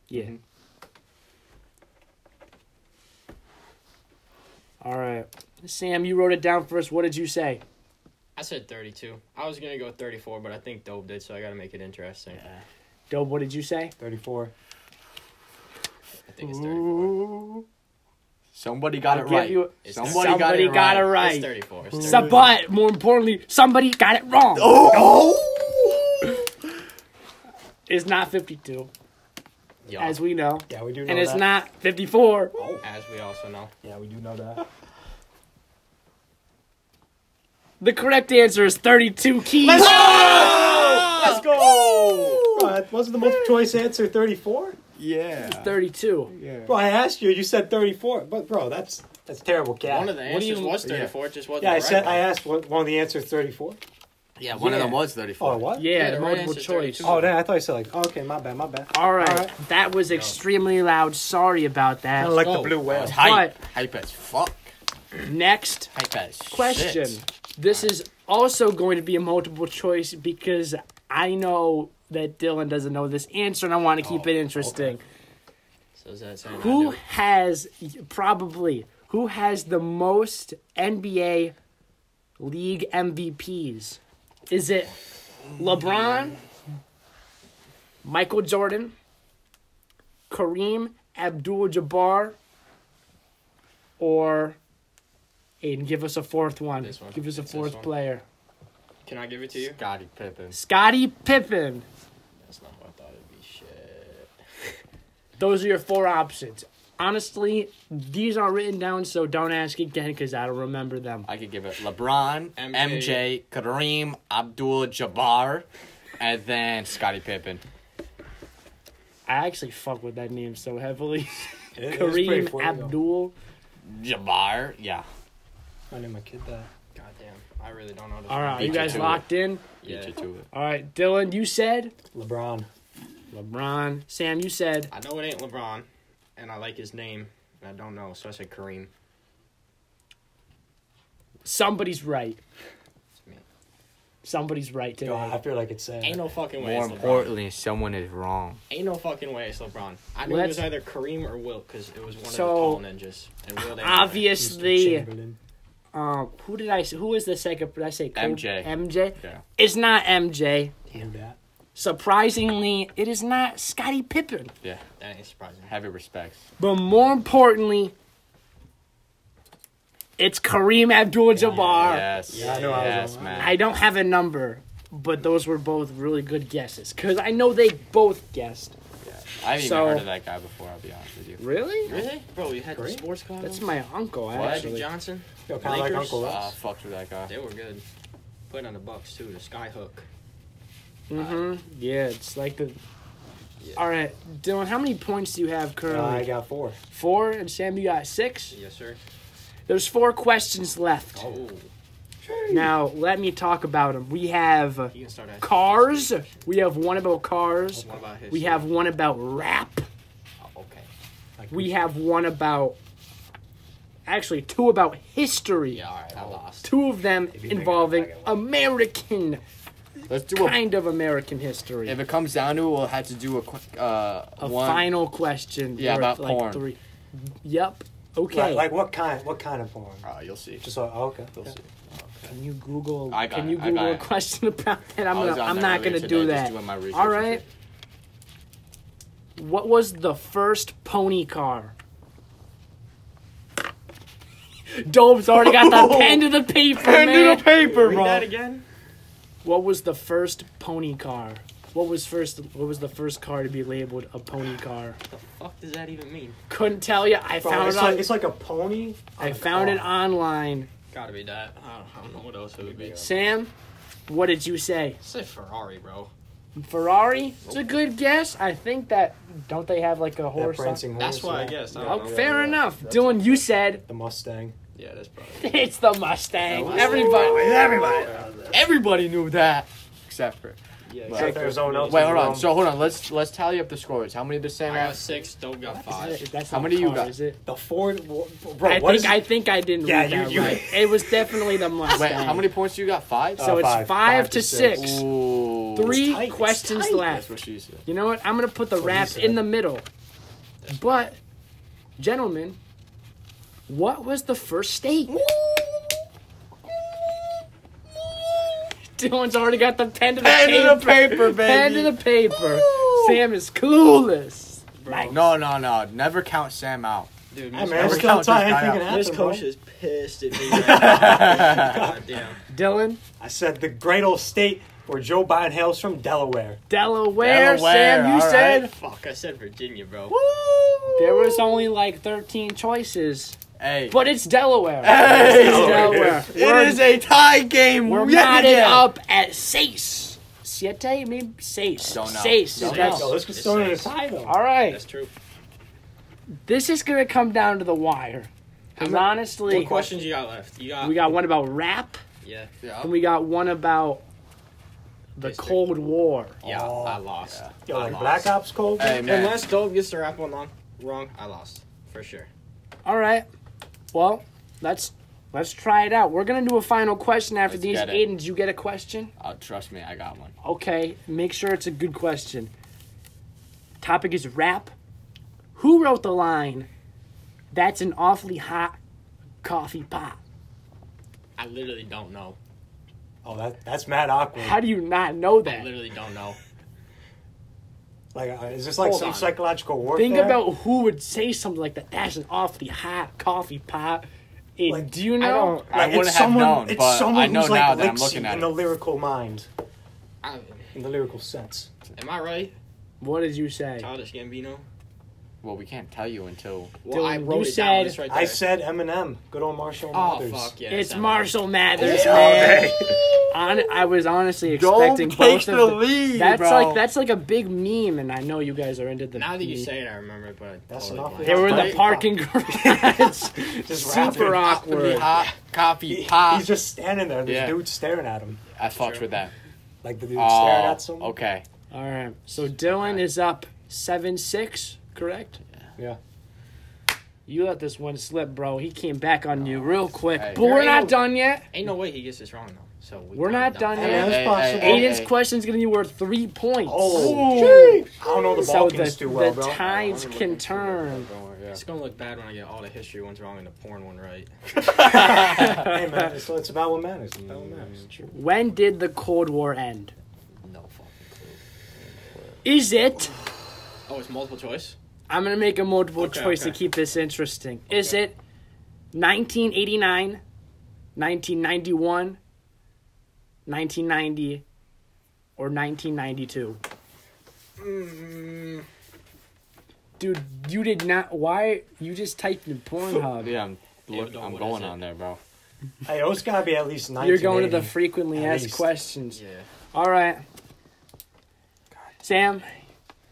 Speaker 1: Yeah.
Speaker 2: Mhm.
Speaker 1: All right. Sam, you wrote it down for us. What did you say?
Speaker 3: I said 32. I was gonna go 34, but I think Dope did, so I gotta make it interesting.
Speaker 1: Dope, what did you say?
Speaker 4: 34.
Speaker 3: I think it's 34.
Speaker 2: Somebody got
Speaker 1: I'll
Speaker 2: it
Speaker 1: give
Speaker 2: right.
Speaker 1: you-
Speaker 3: It's
Speaker 2: somebody
Speaker 1: somebody
Speaker 2: got it
Speaker 1: got it right.
Speaker 2: right.
Speaker 3: It's 34. It's 34.
Speaker 1: So, but more importantly, somebody got it wrong.
Speaker 2: Oh!
Speaker 1: It's not 52,
Speaker 3: Yeah.
Speaker 1: as we know.
Speaker 4: Yeah, we do know
Speaker 1: And it's
Speaker 4: that.
Speaker 1: not 54.
Speaker 3: As we also know.
Speaker 4: Yeah, we do know that.
Speaker 1: The correct answer is 32 keys. Oh!
Speaker 2: Let's go!
Speaker 4: Bro, that wasn't the multiple choice answer 34?
Speaker 2: Yeah.
Speaker 1: 32.
Speaker 4: Bro, I asked you, you said 34. But, bro, that's that's terrible, cat.
Speaker 3: One of the
Speaker 1: What do
Speaker 3: answers
Speaker 1: you-
Speaker 3: was
Speaker 2: yeah.
Speaker 3: 34. It just wasn't
Speaker 4: Yeah,
Speaker 3: the
Speaker 4: I
Speaker 3: right
Speaker 4: said
Speaker 3: one.
Speaker 4: I asked what, one of the answers 34.
Speaker 2: Yeah, one of them
Speaker 1: Yeah.
Speaker 2: was
Speaker 4: Oh,
Speaker 2: 34.
Speaker 4: what?
Speaker 1: Yeah,
Speaker 3: the right
Speaker 1: multiple
Speaker 3: answer is
Speaker 1: choice.
Speaker 3: 32.
Speaker 4: Oh, damn, I thought you said like, oh, okay, my bad, my bad.
Speaker 1: All right.
Speaker 4: All right.
Speaker 1: That was extremely loud. Sorry about that.
Speaker 4: Kind of like
Speaker 2: Oh,
Speaker 4: the blue
Speaker 2: that
Speaker 4: whale.
Speaker 2: was Hype. Hype as fuck.
Speaker 1: Next
Speaker 2: Hype as
Speaker 1: question.
Speaker 2: shit.
Speaker 1: This is also going to be a multiple choice because I know that Dylan doesn't know this answer and I want to
Speaker 4: Oh,
Speaker 1: keep it interesting.
Speaker 3: So is that saying I
Speaker 1: Who
Speaker 3: do?
Speaker 1: has probably who has the most NBA league MVPs? Is it LeBron, Michael Jordan, Kareem Abdul-Jabbar, or Aiden? Give us a fourth one.
Speaker 3: This one.
Speaker 1: Give us a
Speaker 3: It's this
Speaker 1: fourth
Speaker 3: one.
Speaker 1: player.
Speaker 3: Can I give it to you?
Speaker 2: Scotty Pippen.
Speaker 1: Scotty Pippen.
Speaker 3: That's not what I thought it'd be. Shit.
Speaker 1: Those are your four options. Honestly, these aren't written down, so don't ask again because I don't remember them.
Speaker 2: I could give it LeBron,
Speaker 3: MJ.
Speaker 2: MJ, Kareem, Abdul Jabbar, and then Scottie Pippen.
Speaker 1: I actually fuck with that name so heavily.
Speaker 4: It- it was pretty
Speaker 1: Kareem
Speaker 4: affordable.
Speaker 1: Abdul.
Speaker 2: Jabbar, yeah.
Speaker 4: I named my kid that.
Speaker 3: Goddamn. I really don't know. This
Speaker 1: All right,
Speaker 2: Beat
Speaker 1: you
Speaker 2: you
Speaker 1: guys
Speaker 2: to it.
Speaker 1: locked in?
Speaker 2: Beat
Speaker 3: Yeah.
Speaker 2: you to it.
Speaker 1: All right, Dylan, you said
Speaker 4: LeBron.
Speaker 1: LeBron. Sam, you said
Speaker 3: I know it ain't LeBron, and I like his name, and I don't know, so I said Kareem.
Speaker 1: somebody's right.
Speaker 3: me.
Speaker 1: Somebody's right today.
Speaker 4: God, I feel like it's uh, sad.
Speaker 3: Ain't no fucking way.
Speaker 2: More
Speaker 3: it's LeBron.
Speaker 2: importantly, someone is wrong.
Speaker 3: Ain't no fucking way it's LeBron. I knew it was
Speaker 1: Let's-
Speaker 3: either Kareem or Wilt because it was one
Speaker 1: So,
Speaker 3: of the tall ninjas. And Wilt ain't one.
Speaker 4: Mr.
Speaker 1: Obviously,
Speaker 4: Chamberlain.
Speaker 1: um, who did I? s- Who was the second? Did I say Kobe?
Speaker 2: MJ.
Speaker 1: MJ.
Speaker 2: Yeah.
Speaker 1: It's not MJ.
Speaker 4: Knew that.
Speaker 1: Surprisingly, it is not Scottie Pippen.
Speaker 2: Yeah.
Speaker 3: That ain't surprising.
Speaker 2: Heavy respects.
Speaker 1: But more importantly, it's Kareem Abdul-Jabbar.
Speaker 2: Yes.
Speaker 4: Yeah, I know I was
Speaker 2: yes,
Speaker 4: wrong.
Speaker 2: man.
Speaker 1: I don't have a number, but those were both really good guesses because I know they both guessed.
Speaker 2: Yeah. I haven't
Speaker 1: So-
Speaker 2: even heard of that guy before, I'll be honest with you.
Speaker 1: Really?
Speaker 3: Really? Bro, you had the
Speaker 4: Kareem?
Speaker 3: sports car?
Speaker 1: That's my uncle,
Speaker 3: Magic
Speaker 1: actually.
Speaker 3: Johnson?
Speaker 4: Yo, kind of like
Speaker 3: Lakers,
Speaker 4: Uncle
Speaker 2: Uh,
Speaker 4: Les.
Speaker 2: fucked with that guy.
Speaker 3: They were good. Putting on the Bucks too, the skyhook.
Speaker 1: Mm-hmm. Yeah, it's like the.
Speaker 3: Yeah.
Speaker 1: All right, Dylan. How many points do you have
Speaker 4: Uh, I
Speaker 1: currently?
Speaker 4: got four.
Speaker 1: four, and Sam, you got six.
Speaker 3: Yes, sir.
Speaker 1: There's four questions left.
Speaker 3: Oh,
Speaker 1: Now let me talk about them. We have
Speaker 3: you can start asking
Speaker 1: cars.
Speaker 3: questions.
Speaker 1: We have one about cars.
Speaker 3: What about his? Oh,
Speaker 1: We have one about rap.
Speaker 3: Okay.
Speaker 4: Like,
Speaker 1: We have one about. Actually, two about history.
Speaker 3: Yeah, all right. I lost.
Speaker 1: Two of them
Speaker 4: If you make it
Speaker 1: involving
Speaker 4: back, I
Speaker 1: American,
Speaker 2: Let's do a.
Speaker 1: kind of American history.
Speaker 2: If it comes down to it, we'll have to do a quick. Uh,
Speaker 1: a
Speaker 2: one.
Speaker 1: final question.
Speaker 2: Yeah,
Speaker 1: worth,
Speaker 2: about
Speaker 1: like
Speaker 2: porn.
Speaker 1: three. Yep. Okay.
Speaker 4: Like, like what kind? What kind of porn?
Speaker 2: Uh, you'll see.
Speaker 4: Just like oh, okay.
Speaker 2: You'll see.
Speaker 1: Can you Google?
Speaker 2: I got
Speaker 1: can
Speaker 2: it,
Speaker 1: you
Speaker 2: I got
Speaker 1: Google a
Speaker 2: it.
Speaker 1: question about that? I'm
Speaker 2: I was
Speaker 1: gonna,
Speaker 2: on
Speaker 1: I'm
Speaker 2: that
Speaker 1: not
Speaker 2: earlier
Speaker 1: gonna
Speaker 2: today,
Speaker 1: do
Speaker 2: just
Speaker 1: that.
Speaker 2: doing my research
Speaker 1: All
Speaker 2: and
Speaker 1: right.
Speaker 2: shit.
Speaker 1: What was the first pony car? Dope's already got the
Speaker 2: [laughs]
Speaker 1: pen to the paper, man.
Speaker 2: paper,
Speaker 3: Read that again.
Speaker 1: what was the first pony car? What was first? What was the first car to be labeled a pony car?
Speaker 3: What the fuck does that even mean?
Speaker 1: Couldn't tell you. I
Speaker 4: Bro,
Speaker 1: found
Speaker 4: it's,
Speaker 1: it. On,
Speaker 4: like, it's like a pony. on
Speaker 1: I
Speaker 4: a
Speaker 1: found it
Speaker 4: car.
Speaker 1: online.
Speaker 3: Gotta be that. I don't, I don't know what else it would be.
Speaker 1: Sam, what did you say?
Speaker 3: Say Ferrari, bro.
Speaker 1: Ferrari? It's a good guess. I think that don't they have like a
Speaker 4: That
Speaker 1: horse? on-
Speaker 4: prancing horse.
Speaker 3: That's why I
Speaker 4: yeah.
Speaker 3: guessed. I
Speaker 1: Oh,
Speaker 3: don't know.
Speaker 1: fair
Speaker 4: yeah.
Speaker 1: enough.
Speaker 4: That's
Speaker 1: Dylan, you said
Speaker 4: The Mustang.
Speaker 3: Yeah, that's probably.
Speaker 1: [laughs] it's the Mustang.
Speaker 3: The
Speaker 1: [laughs]
Speaker 3: Mustang.
Speaker 1: Everybody.
Speaker 2: Everybody, everybody knew that except for.
Speaker 3: Yeah.
Speaker 2: Except
Speaker 3: exactly.
Speaker 4: there's no one else.
Speaker 2: Wait, hold
Speaker 4: wrong.
Speaker 2: on. So hold on. Let's let's tally up the scores. How many did Sam
Speaker 3: I got
Speaker 2: have?
Speaker 3: six. Dope got
Speaker 1: Is
Speaker 3: five.
Speaker 1: it- That's
Speaker 2: How
Speaker 1: not
Speaker 2: many you
Speaker 1: car,
Speaker 2: got?
Speaker 1: Is it?
Speaker 4: The Ford. Bro,
Speaker 1: I
Speaker 4: what
Speaker 1: think
Speaker 4: is
Speaker 1: I think I didn't
Speaker 4: Yeah,
Speaker 1: read
Speaker 4: you-
Speaker 1: that
Speaker 4: you-
Speaker 1: right. It was definitely
Speaker 4: [laughs]
Speaker 1: the Mustang.
Speaker 2: Wait, how many points you got? Five.
Speaker 1: So
Speaker 4: Uh,
Speaker 1: it's five,
Speaker 4: five. Five
Speaker 1: to
Speaker 4: to
Speaker 1: six.
Speaker 4: six.
Speaker 2: Ooh.
Speaker 1: Three
Speaker 4: tight, it's
Speaker 1: questions
Speaker 2: That's
Speaker 4: tight.
Speaker 1: left.
Speaker 2: what she said.
Speaker 1: You know what? I'm gonna put the
Speaker 4: what he
Speaker 1: wrap
Speaker 4: said.
Speaker 1: in the middle. But, gentlemen, what was the first state? [laughs] Dylan's already got the pen to the
Speaker 2: Pen
Speaker 1: paper.
Speaker 2: to the paper,
Speaker 1: Pen to
Speaker 2: baby.
Speaker 1: the paper. Sam is clueless.
Speaker 2: No, no, no. Never count Sam out.
Speaker 3: Dude,
Speaker 4: Hey,
Speaker 3: Miss
Speaker 4: man, it's
Speaker 2: Every
Speaker 4: still
Speaker 2: count
Speaker 4: time.
Speaker 2: this guy
Speaker 4: Anything
Speaker 2: out.
Speaker 4: can
Speaker 3: This
Speaker 4: happen, bro.
Speaker 3: coach is pissed at me. Right now. God damn.
Speaker 1: Dylan,
Speaker 4: I said the great old state where Joe Biden hails from, Delaware.
Speaker 1: Delaware.
Speaker 2: Delaware,
Speaker 1: Sam, you
Speaker 2: all
Speaker 1: said
Speaker 2: right.
Speaker 3: Fuck, I said Virginia, bro.
Speaker 1: there was only like 13 choices,
Speaker 2: Hey.
Speaker 1: but it's Delaware.
Speaker 2: Hey.
Speaker 1: It's Delaware. We're-
Speaker 2: it is a tie game.
Speaker 1: We're
Speaker 2: yet
Speaker 1: knotted
Speaker 2: again.
Speaker 1: up at seis. Siete? Maybe seis.
Speaker 2: Don't know.
Speaker 1: Seis.
Speaker 2: Don't
Speaker 1: That's-
Speaker 4: Yo,
Speaker 2: know.
Speaker 4: this was still in a tie though.
Speaker 1: All right.
Speaker 3: That's true.
Speaker 1: This is going to come down to the wire. Because honestly,
Speaker 3: What questions you got left? You got.
Speaker 1: we got one about rap,
Speaker 3: Yeah.
Speaker 2: Yeah.
Speaker 1: and we got one about the
Speaker 3: History.
Speaker 1: Cold War.
Speaker 3: Yeah,
Speaker 4: Oh,
Speaker 3: I lost.
Speaker 4: Yo,
Speaker 3: I
Speaker 4: like
Speaker 3: lost.
Speaker 4: Black Ops Cold.
Speaker 2: Hey man.
Speaker 3: Unless Dove gets the rap one wrong, wrong, I lost for sure.
Speaker 1: All right. Well, let's let's try it out. We're going to do a final question after
Speaker 2: Let's
Speaker 1: these.
Speaker 2: get it.
Speaker 1: Aiden, did you get a question?
Speaker 2: Oh, trust me, I got one.
Speaker 1: Okay. Make sure it's a good question. Topic is rap. Who wrote the line, that's an awfully hot coffee pot?
Speaker 3: I literally don't know.
Speaker 4: Oh, that that's mad awkward.
Speaker 1: How do you not know
Speaker 3: I
Speaker 1: that?
Speaker 3: literally don't know.
Speaker 4: Like, uh, is this like
Speaker 3: Hold
Speaker 4: some
Speaker 3: on.
Speaker 4: psychological warfare?
Speaker 1: Think about who would say something like that. That's an awfully hot coffee pot. It-
Speaker 4: Like,
Speaker 1: do you
Speaker 3: I
Speaker 1: know?
Speaker 3: don't-
Speaker 2: I
Speaker 4: Like,
Speaker 2: wouldn't
Speaker 4: it's
Speaker 2: have
Speaker 4: someone,
Speaker 2: known,
Speaker 4: it's
Speaker 2: but
Speaker 4: someone
Speaker 2: I know
Speaker 4: who's
Speaker 2: now
Speaker 4: like
Speaker 2: that I'm
Speaker 4: licks you
Speaker 2: looking at
Speaker 4: in the
Speaker 2: it.
Speaker 4: lyrical mind,
Speaker 3: I,
Speaker 4: in the lyrical sense.
Speaker 3: am I right?
Speaker 1: What did you say?
Speaker 3: Childish Gambino.
Speaker 2: Well, we can't tell you until
Speaker 3: Well, I
Speaker 1: Dylan,
Speaker 3: wrote
Speaker 1: you
Speaker 3: it down.
Speaker 1: said-
Speaker 3: It's right there.
Speaker 4: I said Eminem, good old Marshall
Speaker 3: Oh
Speaker 4: Mathers.
Speaker 3: fuck yeah!
Speaker 1: it's
Speaker 3: that-
Speaker 1: Marshall Mathers, man. On, I was honestly expecting both of them.
Speaker 2: lead,
Speaker 1: That's like that's like a big meme, and I know you guys are into the.
Speaker 3: Now that you
Speaker 1: meme.
Speaker 3: say it, I remember it, but I
Speaker 4: That's
Speaker 3: totally
Speaker 4: enough.
Speaker 3: blanked.
Speaker 1: they were in the
Speaker 4: Right.
Speaker 1: parking garage,
Speaker 4: Just
Speaker 1: super
Speaker 4: rapping.
Speaker 1: awkward.
Speaker 2: hot coffee
Speaker 4: He-
Speaker 2: pop.
Speaker 4: He's just standing there. This
Speaker 2: Ah. Yeah.
Speaker 4: dude staring at him,
Speaker 2: I fucked with that.
Speaker 4: like the dude staring
Speaker 2: Oh,
Speaker 4: at someone.
Speaker 2: okay.
Speaker 1: All right, so Dylan is up seven six, correct?
Speaker 4: Yeah.
Speaker 1: You let this one slip, bro. He came back on you real quick,
Speaker 2: Hey.
Speaker 1: but we're
Speaker 3: You're
Speaker 1: not
Speaker 3: able-
Speaker 1: done yet.
Speaker 3: Ain't no way he gets this wrong though. So we
Speaker 1: We're
Speaker 3: got it
Speaker 1: not done
Speaker 4: Hey,
Speaker 1: yet.
Speaker 4: that's possible.
Speaker 1: Aiden's
Speaker 2: hey.
Speaker 1: question's gonna be worth three points.
Speaker 4: Oh, I don't know the
Speaker 1: so
Speaker 4: Balkans
Speaker 1: the,
Speaker 4: too well,
Speaker 1: the
Speaker 4: bro.
Speaker 1: tides can turn.
Speaker 3: It's gonna look bad when I get all the history ones wrong and the porn one right.
Speaker 4: [laughs] hey man, so it's about what matters. It's about what matters.
Speaker 1: When did the Cold War end?
Speaker 3: No fucking
Speaker 1: Is it?
Speaker 3: clue. Oh, it's multiple choice.
Speaker 1: I'm gonna make a multiple
Speaker 3: Okay,
Speaker 1: choice to
Speaker 3: okay.
Speaker 1: keep this interesting. Is
Speaker 3: Okay.
Speaker 1: it 1989, 1991, 1990, or 1992? Mm-hmm. Dude, you did not. Why? You just typed in Pornhub.
Speaker 2: Yeah, I'm,
Speaker 3: [laughs] Yeah,
Speaker 2: look,
Speaker 3: don't-
Speaker 2: I'm
Speaker 3: what
Speaker 2: going
Speaker 3: is it?
Speaker 2: on there, bro.
Speaker 4: Hey, oh, it's gotta be at least 1980.
Speaker 1: You're going to the frequently
Speaker 4: At
Speaker 1: asked
Speaker 4: least.
Speaker 1: questions.
Speaker 3: Yeah.
Speaker 1: All right. Sam,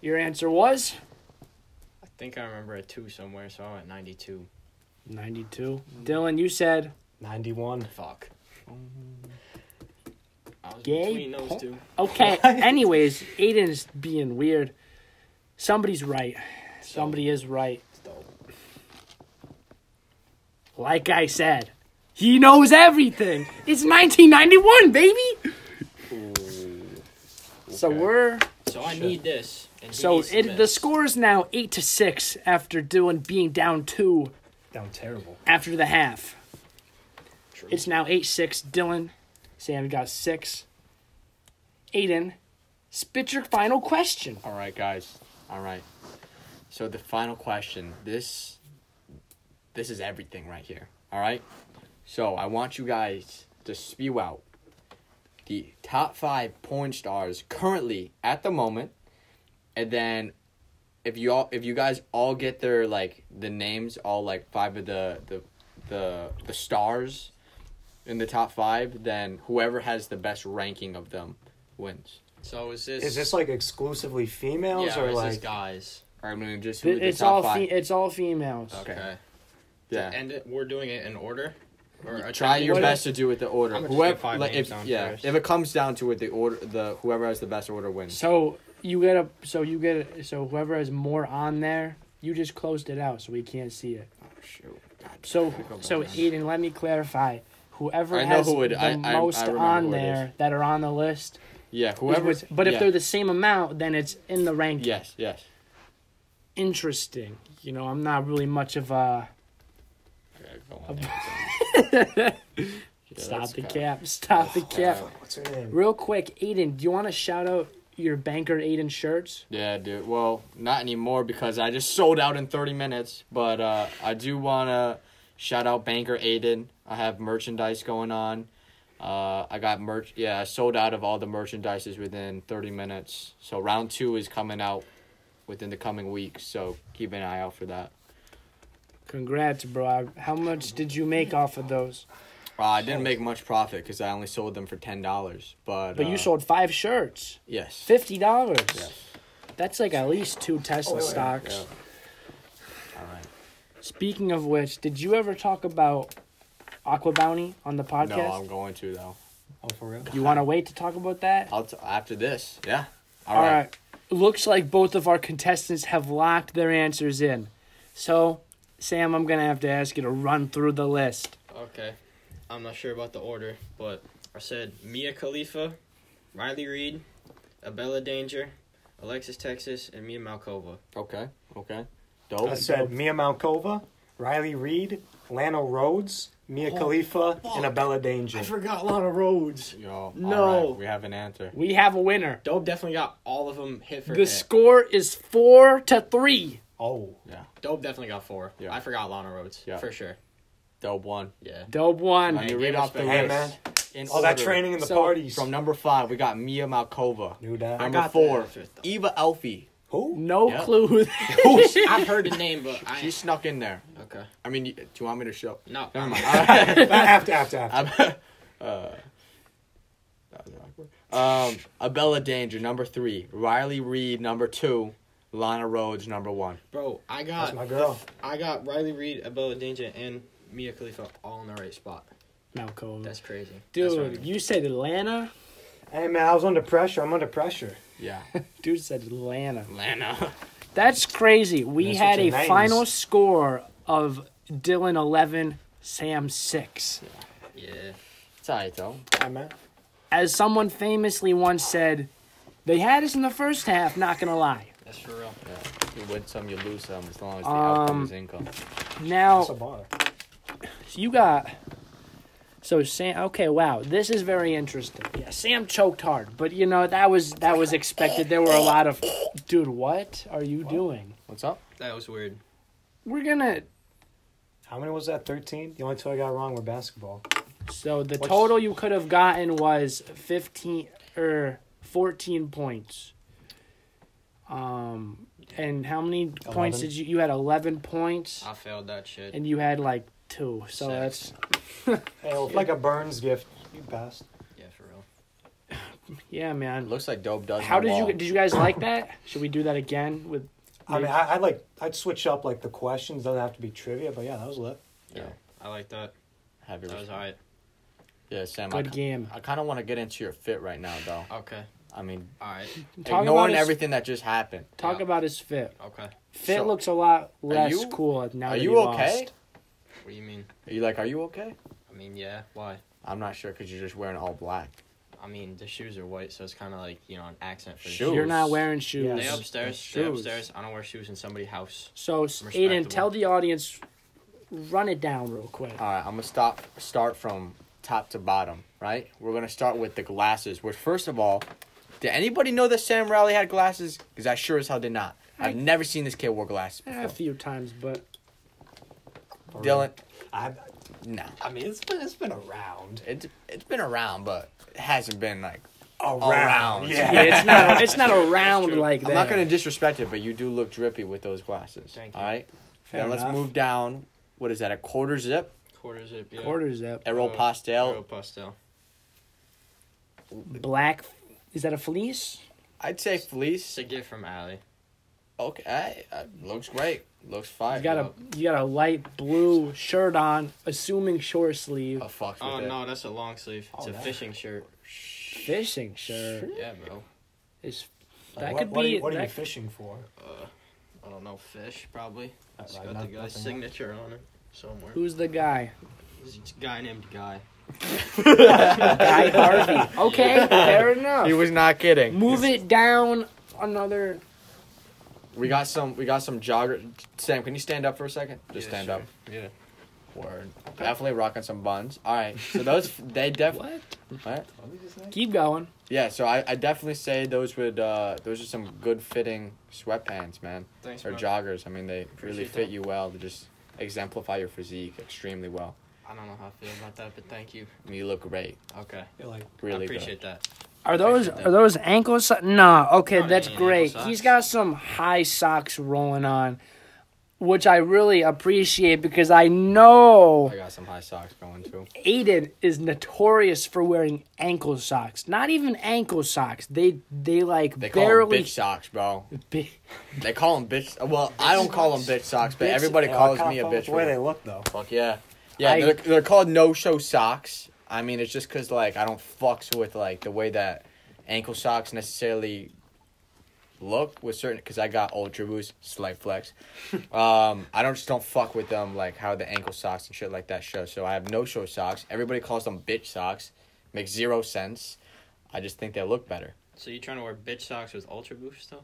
Speaker 1: your answer was
Speaker 3: I think I remember a two somewhere, so I'm at 92.
Speaker 1: 92. Dylan, you said
Speaker 4: 91.
Speaker 3: Fuck. I was
Speaker 1: Mm-hmm. Gay
Speaker 3: between those
Speaker 1: porn?
Speaker 3: two.
Speaker 1: okay. Anyways, Aiden's being weird. Somebody's right. Somebody is right. Like I said, he knows everything. It's 1991, baby. So
Speaker 2: Okay.
Speaker 1: we're
Speaker 3: So I need this. And he
Speaker 1: so
Speaker 3: needs
Speaker 1: it the
Speaker 3: this.
Speaker 1: score is now eight to six after Dylan being down two
Speaker 4: That was terrible.
Speaker 1: after the half.
Speaker 3: True.
Speaker 1: It's now 8 6. Dylan, Sam got 6. Aiden, spit your final question.
Speaker 2: All right, guys. All right. So the final question. This this is everything right here. All right? So I want you guys to spew out the top 5 porn stars currently at the moment and then if you all if you guys all get their like the names all like five of the the the, the stars in the top 5 then whoever has the best ranking of them wins.
Speaker 3: so is this?
Speaker 4: Is this like exclusively females
Speaker 3: yeah, or
Speaker 4: or
Speaker 3: is
Speaker 4: like?
Speaker 3: this guys?
Speaker 2: I mean just who the
Speaker 1: It's
Speaker 2: top
Speaker 1: all
Speaker 2: five.
Speaker 1: fe- it's all females.
Speaker 2: Okay.
Speaker 3: Okay.
Speaker 2: yeah.
Speaker 3: And it, we're doing it in order. Or a
Speaker 2: try your
Speaker 1: What
Speaker 2: best to do with the order.
Speaker 3: I'm gonna just
Speaker 2: Whoever,
Speaker 3: get five
Speaker 2: like,
Speaker 3: names
Speaker 2: if,
Speaker 3: down
Speaker 2: yeah,
Speaker 3: first.
Speaker 2: if it comes down to it, the order, the whoever has the best order wins.
Speaker 1: So you get a so you get a, so whoever has more on there, you just closed it out so we can't see it.
Speaker 2: Oh, shoot.
Speaker 1: So so Aiden, let me clarify. Whoever
Speaker 2: I know
Speaker 1: has
Speaker 2: who it-
Speaker 1: the
Speaker 2: I- I- I
Speaker 1: most
Speaker 2: remember
Speaker 1: on
Speaker 2: who it is.
Speaker 1: there that are on the list.
Speaker 2: yeah,
Speaker 1: is
Speaker 2: whoever.
Speaker 1: what's- but if
Speaker 2: yeah.
Speaker 1: they're the same amount, then it's in the ranking.
Speaker 2: yes, yes,
Speaker 1: Interesting. You know, I'm not really much of a
Speaker 2: Yeah, go on, Nathan. Yeah,
Speaker 1: stop
Speaker 2: that's
Speaker 1: the
Speaker 2: kinda-
Speaker 1: cap. Stop
Speaker 2: [laughs]
Speaker 1: the cap.
Speaker 4: What's her name?
Speaker 1: Real quick, Aiden, do you want to shout out your banker Aiden shirts?
Speaker 2: [laughs] Yeah, dude. Well, not anymore because I just sold out in thirty minutes. But uh, I do wanna shout out Banker Aiden. I have merchandise going on. Uh, I got merch. Yeah, I sold out of all the merchandises within thirty minutes. So round two is coming out within the coming weeks. So keep an eye out for that.
Speaker 1: Congrats, bro. How much did you make off of those?
Speaker 2: Uh, I didn't make much profit because I only sold them for ten dollars. But
Speaker 1: But
Speaker 2: uh,
Speaker 1: you sold five shirts,
Speaker 2: yes.
Speaker 1: fifty dollars. That's like at least two Tesla stocks.
Speaker 2: Oh, All right.
Speaker 1: Speaking of which, did you ever talk about Aqua Bounty on the podcast?
Speaker 2: No, I'm going to though.
Speaker 4: Oh, for real?
Speaker 1: you want to wait to talk about that?
Speaker 2: I'll t- after this. Yeah.
Speaker 1: All right. Looks like both of our contestants have locked their answers in. So, Sam, I'm going to have to ask you to run through the list.
Speaker 3: Okay. I'm not sure about the order, but I said Mia Khalifa, Riley Reed, Abella Danger, Alexis Texas, and Mia Malkova.
Speaker 2: Okay. Okay. Dope.
Speaker 4: I said Mia Malkova, Riley Reed, Lana Rhodes,
Speaker 1: Oh.
Speaker 4: Mia Khalifa, and Abella Danger.
Speaker 3: forgot Lana Rhodes.
Speaker 2: Yo,
Speaker 3: No.
Speaker 2: we have an answer.
Speaker 1: We have a winner.
Speaker 3: Dope definitely got all of them hit for
Speaker 1: The
Speaker 3: hit.
Speaker 1: score is 4 to 3.
Speaker 4: Oh,
Speaker 3: Dope definitely got four.
Speaker 2: Yeah.
Speaker 3: I forgot Lana Rhodes
Speaker 2: Yeah.
Speaker 3: for sure.
Speaker 2: Dope one.
Speaker 3: [laughs] Yeah.
Speaker 1: Dope one.
Speaker 2: Let me
Speaker 3: give
Speaker 2: read
Speaker 3: us
Speaker 2: off the
Speaker 3: back.
Speaker 4: Hey,
Speaker 2: list.
Speaker 4: man.
Speaker 2: In
Speaker 4: All that
Speaker 2: order.
Speaker 4: training in the
Speaker 1: So,
Speaker 4: parties.
Speaker 2: From number five, we got Mia Malkova.
Speaker 4: New down.
Speaker 2: Number
Speaker 3: got
Speaker 2: four,
Speaker 3: that.
Speaker 2: Eva Elfie.
Speaker 4: Who?
Speaker 1: No
Speaker 2: Yep.
Speaker 1: clue. Who
Speaker 3: I've heard the name, but I.
Speaker 2: She snuck in there.
Speaker 3: okay.
Speaker 2: I mean, you- do you want me to show?
Speaker 3: No. [laughs]
Speaker 2: Never mind. All
Speaker 4: [laughs]
Speaker 2: right.
Speaker 4: after, after, after.
Speaker 2: I'm- [laughs] uh, that was awkward. Um, Abella Danger, number three. Riley Reed, number two. Lana Rhodes, number one.
Speaker 3: Bro, I
Speaker 4: That's
Speaker 3: got
Speaker 4: my girl.
Speaker 3: I got Riley Reed, Abella Danger, and Mia Khalifa all in the right spot.
Speaker 1: Malcolm.
Speaker 3: That's crazy. That's what I
Speaker 1: Dude,
Speaker 3: mean.
Speaker 1: you said Atlanta.
Speaker 4: Hey, man, I was under pressure. I'm under pressure.
Speaker 1: [laughs]
Speaker 2: Yeah.
Speaker 1: Dude said Atlanta.
Speaker 2: Lana.
Speaker 1: That's crazy. We
Speaker 4: That's
Speaker 1: had
Speaker 4: what
Speaker 1: a
Speaker 4: your names.
Speaker 1: final score of Dylan 11, Sam 6.
Speaker 3: yeah.
Speaker 2: It's alright though.
Speaker 4: Hey, man.
Speaker 1: As someone famously once said, they had us in the first half, not gonna lie.
Speaker 3: That's for real.
Speaker 2: Yeah. You win some, you lose some, as long as the outcome
Speaker 1: Um,
Speaker 2: is income.
Speaker 1: Now,
Speaker 4: That's a bar.
Speaker 1: you got. So Sam, okay, wow, this is very interesting. Yeah, Sam choked hard, but you know that was that was expected. There were a lot of, dude, what are you doing?
Speaker 2: What's up?
Speaker 3: That was weird.
Speaker 1: We're gonna.
Speaker 4: How many was that? 13? The only two I got wrong were basketball.
Speaker 1: So the
Speaker 4: What's-
Speaker 1: total you could have gotten was fifteen or fourteen points. Um, and how many points
Speaker 4: 11.
Speaker 1: did you? You had eleven points,
Speaker 3: I failed that shit.
Speaker 1: and you had like two. So
Speaker 3: Six.
Speaker 1: that's
Speaker 4: Hey, well, like a Burns gift. You passed.
Speaker 3: yeah, for real.
Speaker 1: Yeah,
Speaker 2: It
Speaker 1: man.
Speaker 2: looks like Dope does.
Speaker 1: How
Speaker 2: my
Speaker 1: did you
Speaker 2: wall.
Speaker 1: did you guys like that? Should we do that again with
Speaker 4: I mean, I, I'd like, I'd switch up like the questions. Doesn't have to be trivia, but yeah, that was lit.
Speaker 3: Yeah. I like that.
Speaker 2: Have your
Speaker 3: That was alright.
Speaker 2: Yeah, Sam. I,
Speaker 1: good game?
Speaker 2: I kind of want to get into your fit right now, though.
Speaker 3: Okay.
Speaker 2: I mean,
Speaker 3: Alright.
Speaker 1: Talk about
Speaker 2: ignoring
Speaker 1: his,
Speaker 2: everything that just happened.
Speaker 1: Talk
Speaker 3: yeah.
Speaker 1: about his fit.
Speaker 3: Okay.
Speaker 1: Fit
Speaker 2: So,
Speaker 1: looks a lot less
Speaker 2: you-
Speaker 1: cool now.
Speaker 2: Are
Speaker 1: that
Speaker 2: you
Speaker 1: he
Speaker 2: okay?
Speaker 1: lost.
Speaker 3: What do you mean?
Speaker 2: Are you like, are you okay?
Speaker 3: I mean, yeah. Why?
Speaker 2: I'm not sure because you're just wearing all black.
Speaker 3: I mean, the shoes are white, so it's kind of like you know an accent for the
Speaker 2: Shoes.
Speaker 1: You're not wearing shoes.
Speaker 4: Yeah.
Speaker 3: They
Speaker 4: Yes.
Speaker 3: upstairs. They
Speaker 2: Shoes.
Speaker 3: upstairs. I don't wear shoes in somebody's house.
Speaker 1: So Aiden,
Speaker 3: Respectable.
Speaker 1: tell the audience, run it down real quick.
Speaker 2: All right, I'm gonna stop. Start from top to bottom. Right. We're gonna start with the glasses. Which, first of all, did anybody know that Sam Riley had glasses? Because I sure as hell did not. I've never seen this kid wear glasses
Speaker 1: Eh,
Speaker 2: before.
Speaker 1: a few times,
Speaker 2: [laughs]
Speaker 1: but
Speaker 2: Dylan,
Speaker 4: I,
Speaker 2: no.
Speaker 4: I mean, it's been, it's been around.
Speaker 2: It's it's been around, but it hasn't been like.
Speaker 4: Around.
Speaker 2: Around.
Speaker 4: Yeah.
Speaker 1: yeah, [laughs] it's not it's not around
Speaker 3: true.
Speaker 1: like that.
Speaker 2: I'm not gonna disrespect it, but you do look drippy with those glasses.
Speaker 3: Thank
Speaker 2: All
Speaker 3: you.
Speaker 2: right.
Speaker 4: Fair
Speaker 2: now let's
Speaker 4: enough.
Speaker 2: move down. What is that? A quarter zip?
Speaker 3: Quarter zip. Yeah.
Speaker 1: quarter zip.
Speaker 2: Aero
Speaker 3: Uh,
Speaker 2: pastel.
Speaker 3: Aero pastel.
Speaker 1: Black. Is that a fleece?
Speaker 2: I'd say
Speaker 3: It's
Speaker 2: fleece.
Speaker 3: a gift from Allie.
Speaker 2: Okay, uh, looks great. Looks fine.
Speaker 1: You got a you got a light blue shirt on, assuming short sleeve
Speaker 2: a fuck with
Speaker 3: Oh
Speaker 2: it.
Speaker 3: no, that's a long sleeve. It's
Speaker 4: Oh,
Speaker 3: a
Speaker 4: that-
Speaker 3: fishing shirt.
Speaker 1: fishing shirt.
Speaker 3: Yeah, bro.
Speaker 1: Is
Speaker 4: Like,
Speaker 1: that
Speaker 4: what,
Speaker 1: could
Speaker 4: what Are
Speaker 1: be
Speaker 4: you, what are you
Speaker 1: that-
Speaker 4: fishing for?
Speaker 3: Uh, I don't know, fish probably. It's
Speaker 4: Like,
Speaker 3: got the
Speaker 4: not-
Speaker 3: guy's
Speaker 4: nothing.
Speaker 3: signature on it somewhere.
Speaker 1: who's the guy?
Speaker 3: There's a guy named Guy.
Speaker 2: [laughs]
Speaker 1: Guy Harvey. Okay, fair enough.
Speaker 2: He was not kidding.
Speaker 1: Move it down another.
Speaker 2: We got some. We got some jogger. Sam, can you stand up for a second? Just
Speaker 3: Yeah,
Speaker 2: stand
Speaker 3: sure.
Speaker 2: up.
Speaker 3: Yeah.
Speaker 2: Word. Definitely rocking some buns. All right. So those they definitely.
Speaker 1: What?
Speaker 2: What?
Speaker 1: Keep going.
Speaker 2: Yeah. So I, I definitely say those would. Uh, those are some good fitting sweatpants, man,
Speaker 3: Thanks,
Speaker 2: or
Speaker 3: man.
Speaker 2: joggers. I mean, they really
Speaker 3: Appreciate
Speaker 2: fit
Speaker 3: that.
Speaker 2: you well. They just exemplify your physique extremely well.
Speaker 3: I don't know how I feel about that, but thank you.
Speaker 2: And you look great.
Speaker 3: Okay.
Speaker 4: You're like,
Speaker 2: Really
Speaker 3: I
Speaker 2: good.
Speaker 3: appreciate that.
Speaker 1: Are those are those ankle socks? Nah. Okay,
Speaker 3: No,
Speaker 1: that's
Speaker 3: yeah,
Speaker 1: great.
Speaker 3: ankle
Speaker 1: He's
Speaker 3: socks.
Speaker 1: got some high socks rolling on, which I really appreciate because I know
Speaker 2: I got some high socks going too.
Speaker 1: Aiden is notorious for wearing ankle socks. Not even ankle socks. They they like
Speaker 2: They call them
Speaker 1: barely.
Speaker 2: bitch
Speaker 1: [laughs]
Speaker 2: socks, bro.
Speaker 1: bi-
Speaker 2: They call them bitch. Well, I don't call them bitch socks, but
Speaker 1: Bitch-
Speaker 2: everybody
Speaker 4: Yeah, I
Speaker 2: calls
Speaker 4: kinda
Speaker 2: me a
Speaker 4: fuck with
Speaker 2: bitch.
Speaker 4: The
Speaker 2: for
Speaker 4: way
Speaker 2: it.
Speaker 4: they look, though.
Speaker 2: Fuck yeah. Yeah,
Speaker 1: I-
Speaker 2: they're, they're called no-show socks. I mean, it's just because, like, I don't fucks with, like, the way that ankle socks necessarily look with certain... Because I got Ultra Boost, slight
Speaker 1: [laughs]
Speaker 2: flex. um, I don't just don't fuck with them, like, how the ankle socks and shit like that show. So I have no-show socks. Everybody calls them bitch socks. Makes zero sense. I just think they look better.
Speaker 3: So you trying to wear bitch socks with Ultra Boost though?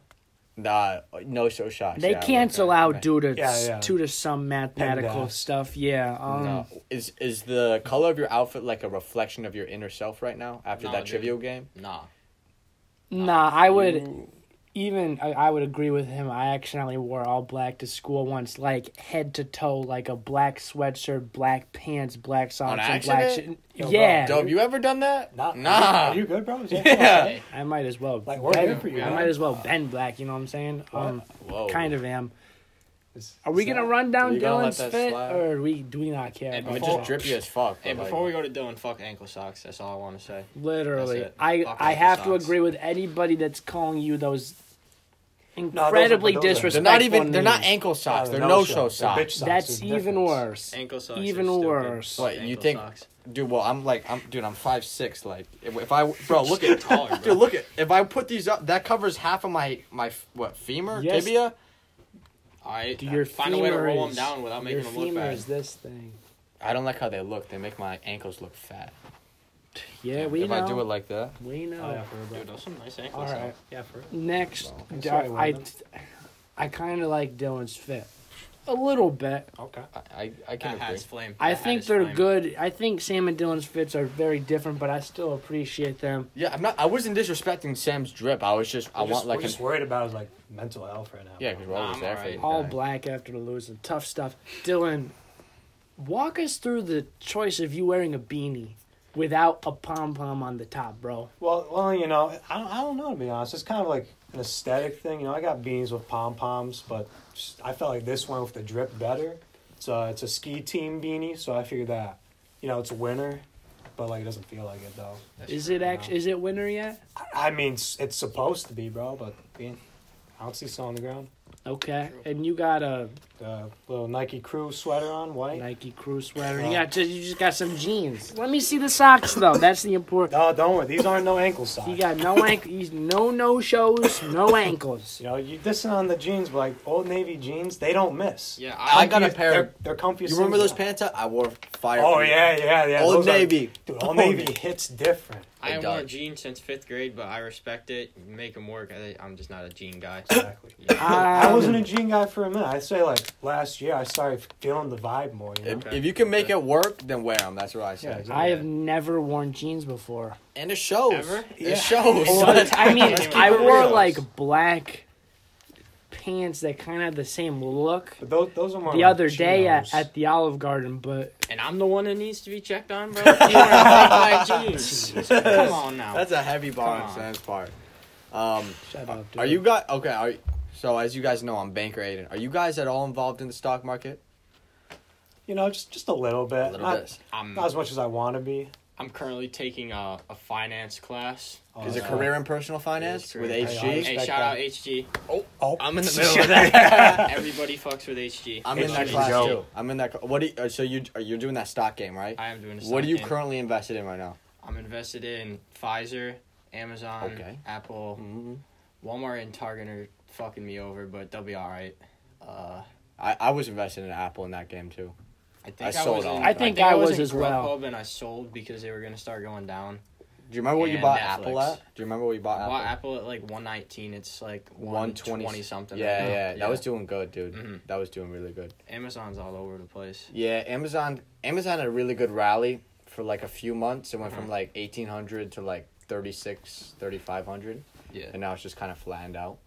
Speaker 2: Nah, no-show socks.
Speaker 1: They
Speaker 2: yeah, I like
Speaker 1: cancel
Speaker 2: that.
Speaker 1: out
Speaker 2: Right.
Speaker 1: due to
Speaker 4: Yeah, yeah.
Speaker 1: due to some mathematical
Speaker 4: Pemdas.
Speaker 1: stuff. Yeah. Um,
Speaker 2: No. Is is the color of your outfit like a reflection of your inner self right now after
Speaker 3: No,
Speaker 2: that
Speaker 3: dude.
Speaker 2: trivial game?
Speaker 3: Nah.
Speaker 4: Oh,
Speaker 1: Nah, I would.
Speaker 2: Ooh.
Speaker 1: You, even I, I would agree with him. I accidentally wore all black to school once, like head to toe, like a black sweatshirt, black pants, black socks, and black shit.
Speaker 2: accident?
Speaker 4: Yo, bro,
Speaker 1: yeah,
Speaker 2: Dub, you ever done that?
Speaker 4: Nah.
Speaker 2: Nah.
Speaker 4: Are you good, bro?
Speaker 2: Yeah.
Speaker 1: I might as well.
Speaker 4: Like, we're
Speaker 1: bend-
Speaker 4: good for you,
Speaker 1: I
Speaker 4: man.
Speaker 1: might as well bend black. You know what I'm saying? Um,
Speaker 2: Whoa.
Speaker 1: kind of am.
Speaker 4: Is-
Speaker 1: Are we
Speaker 4: is
Speaker 1: gonna
Speaker 4: that-
Speaker 1: run down
Speaker 2: you gonna let
Speaker 1: Dylan's
Speaker 2: that
Speaker 1: fit,
Speaker 2: slide?
Speaker 1: or we do we not care?
Speaker 3: Hey,
Speaker 1: about
Speaker 2: It just
Speaker 3: Before-
Speaker 1: that?
Speaker 2: drippy as fuck.
Speaker 3: Hey,
Speaker 2: but,
Speaker 3: before we
Speaker 2: like,
Speaker 3: go to Dylan, fuck ankle socks. That's all I want to say.
Speaker 1: Literally,
Speaker 3: That's it.
Speaker 1: I
Speaker 3: Fuck
Speaker 1: I
Speaker 3: Apple
Speaker 1: have to
Speaker 3: socks.
Speaker 1: agree with anybody that's calling you those
Speaker 4: those are-
Speaker 1: incredibly
Speaker 4: those are-
Speaker 2: they're
Speaker 1: disrespectful.
Speaker 2: not even. They're not
Speaker 1: names.
Speaker 2: ankle socks.
Speaker 4: No,
Speaker 2: they're
Speaker 4: Oh, no
Speaker 2: no
Speaker 4: show.
Speaker 2: show
Speaker 4: They're bitch
Speaker 2: socks.
Speaker 4: socks.
Speaker 1: That's
Speaker 4: is
Speaker 1: even
Speaker 4: different.
Speaker 1: worse.
Speaker 3: Ankle socks. are
Speaker 1: Even
Speaker 3: stupid.
Speaker 1: worse.
Speaker 2: What you
Speaker 3: Ankle
Speaker 2: think?
Speaker 3: socks.
Speaker 2: Dude, well, I'm like, I'm dude, I'm five six. Like, if, if I, bro, look at,
Speaker 3: taller, bro.
Speaker 2: [laughs] dude, look at. If I put these up, that covers half of my my what femur
Speaker 1: Yes.
Speaker 2: tibia.
Speaker 3: All right.
Speaker 1: Your
Speaker 3: uh, find a way to roll
Speaker 1: femur
Speaker 3: them down without
Speaker 1: Your
Speaker 3: making them look
Speaker 1: femur
Speaker 3: bad.
Speaker 1: is this thing.
Speaker 2: I don't like how they look. They make my ankles look fat.
Speaker 1: Yeah, we
Speaker 2: if
Speaker 1: know.
Speaker 2: I do it like that,
Speaker 1: we know.
Speaker 4: Oh, yeah, for real, bro.
Speaker 3: Dude, those some nice ankle
Speaker 1: All
Speaker 3: socks.
Speaker 1: right.
Speaker 4: Yeah, for real.
Speaker 1: Next,
Speaker 2: Well,
Speaker 4: I'm
Speaker 1: d-
Speaker 4: sorry,
Speaker 1: I,
Speaker 4: Wyman.
Speaker 1: I kind of like Dylan's fit, a little bit.
Speaker 4: Okay.
Speaker 2: I I, I can
Speaker 3: That
Speaker 2: agree.
Speaker 3: has flame.
Speaker 1: I
Speaker 3: That
Speaker 1: think
Speaker 3: is
Speaker 1: they're
Speaker 3: flame.
Speaker 1: good. I think Sam and Dylan's fits are very different, but I still appreciate them.
Speaker 2: Yeah, I'm not. I wasn't disrespecting Sam's drip. I was just. I
Speaker 4: We're
Speaker 2: want
Speaker 4: just,
Speaker 2: like.
Speaker 4: we're
Speaker 2: an-
Speaker 4: just worried about his like mental health right now.
Speaker 2: yeah,
Speaker 4: bro.
Speaker 2: because we're always
Speaker 3: I'm
Speaker 2: there for
Speaker 3: alright.
Speaker 2: you.
Speaker 1: All black after the lose and tough stuff. Dylan, walk us through the choice of you wearing a beanie without a pom pom on the top, bro.
Speaker 4: Well, well, you know, I, I don't know to be honest. It's kind of like an aesthetic thing. You know, I got beanies with pom poms, but just- I felt like this one with the drip better. So it's a ski team beanie, so I figured that, you know, it's winter, but like it doesn't feel like it though.
Speaker 1: Is it
Speaker 4: enough.
Speaker 1: actually? Is it winter yet?
Speaker 4: I, I mean, it's, it's supposed to be, bro, but being, I don't see snow on the ground.
Speaker 1: Okay, and you got a
Speaker 4: The little Nike Crew sweater on, white.
Speaker 1: Nike crew sweater. You got just, you just got some jeans. Let me see the socks though. That's the important.
Speaker 4: No, don't worry. These aren't no ankle socks.
Speaker 1: He got no ankle. He's no no shows, no ankles.
Speaker 4: You know, you dissing on the jeans, but like Old Navy jeans, they don't miss.
Speaker 3: Yeah,
Speaker 2: I
Speaker 3: I,
Speaker 2: got a
Speaker 4: They're-
Speaker 2: pair.
Speaker 4: They're, they're comfy. as
Speaker 2: you remember those
Speaker 4: things.
Speaker 2: pants I I wore? Fire.
Speaker 4: Oh yeah, yeah, yeah.
Speaker 2: Old
Speaker 4: those are-
Speaker 2: Navy.
Speaker 4: dude, Old Navy hits different.
Speaker 3: I
Speaker 2: It
Speaker 3: haven't worn
Speaker 2: does.
Speaker 3: jeans since fifth grade, but I respect it. You Make them work. I, I'm just not a
Speaker 1: [laughs]
Speaker 3: jean guy.
Speaker 4: Exactly.
Speaker 3: Yeah.
Speaker 4: I
Speaker 1: Um,
Speaker 4: wasn't a jean guy for a minute. I'd say like last year, I started feeling the vibe more. You know?
Speaker 2: If, if you can make it work, then wear them. That's what I say.
Speaker 4: Yeah, exactly.
Speaker 1: I have never worn jeans
Speaker 4: [laughs]
Speaker 1: before.
Speaker 2: And it shows.
Speaker 3: Ever?
Speaker 4: Yeah.
Speaker 2: It shows. [laughs]
Speaker 1: But, I mean,
Speaker 3: Let's keep
Speaker 1: I
Speaker 3: it
Speaker 1: wore
Speaker 2: real.
Speaker 1: like black pants that kind of had the same look
Speaker 4: But those, those are more.
Speaker 1: the
Speaker 4: like
Speaker 1: other day
Speaker 2: uh,
Speaker 1: at,
Speaker 4: chinos.
Speaker 1: at the Olive Garden, but
Speaker 3: And I'm the one that needs to be checked on, bro. [laughs] You wearing
Speaker 2: [laughs]
Speaker 3: black jeans? Come on now.
Speaker 2: That's a heavy bar
Speaker 3: Come
Speaker 2: on
Speaker 3: on.
Speaker 2: Sam's part. Um,
Speaker 1: shut up. Dude.
Speaker 2: are you guys okay? Are, so as you guys know, I'm banker Aiden. Are you guys at all involved in the stock market?
Speaker 4: you know, just just a little bit,
Speaker 2: A little
Speaker 4: not,
Speaker 2: bit.
Speaker 3: I'm,
Speaker 4: not as much as I want to be.
Speaker 3: I'm currently taking a, a finance class.
Speaker 4: Oh,
Speaker 2: Is it
Speaker 4: yeah.
Speaker 2: career in personal finance with
Speaker 3: career in
Speaker 4: personal
Speaker 2: HG?
Speaker 4: finance.
Speaker 3: Hey,
Speaker 4: Respect
Speaker 3: shout
Speaker 4: that.
Speaker 3: out HG.
Speaker 4: Oh,
Speaker 2: I'm in
Speaker 4: [laughs]
Speaker 2: the
Speaker 1: [laughs]
Speaker 2: middle of that.
Speaker 3: Everybody fucks with HG.
Speaker 2: I'm in
Speaker 4: HG
Speaker 2: that
Speaker 4: is
Speaker 2: class
Speaker 4: dope.
Speaker 2: too. I'm in that. cl- What do you, uh, so you are you doing that stock game right?
Speaker 3: I am doing. A
Speaker 2: what are you
Speaker 3: stock game.
Speaker 2: currently invested in right now?
Speaker 3: I'm invested in Pfizer, Amazon,
Speaker 2: Okay.
Speaker 3: Apple, Walmart, and Target are fucking me over, but they'll be all right. Uh,
Speaker 2: I, I was invested in Apple in that game too.
Speaker 3: I think
Speaker 2: I
Speaker 3: I,
Speaker 2: sold
Speaker 3: was.
Speaker 2: all.
Speaker 3: In,
Speaker 2: I
Speaker 1: think I was
Speaker 3: in
Speaker 1: as well.
Speaker 3: Grubhub and I sold because they were gonna start going down.
Speaker 2: Do you remember what you
Speaker 3: And
Speaker 2: bought
Speaker 3: Netflix.
Speaker 2: Apple at? Do you remember what you bought
Speaker 3: I bought
Speaker 2: Apple?
Speaker 3: Apple at like 119. It's like
Speaker 2: 120
Speaker 3: 120 something.
Speaker 2: Yeah,
Speaker 3: right now.
Speaker 2: yeah, that was doing good, dude.
Speaker 3: Mhm.
Speaker 2: That was doing really good.
Speaker 3: Amazon's all over the place.
Speaker 2: Yeah, Amazon Amazon had a really good rally for like a few months. It went
Speaker 3: Mm-hmm.
Speaker 2: from like 1800 to like 36 3500
Speaker 3: Yeah.
Speaker 2: and now it's just kind of flattened out.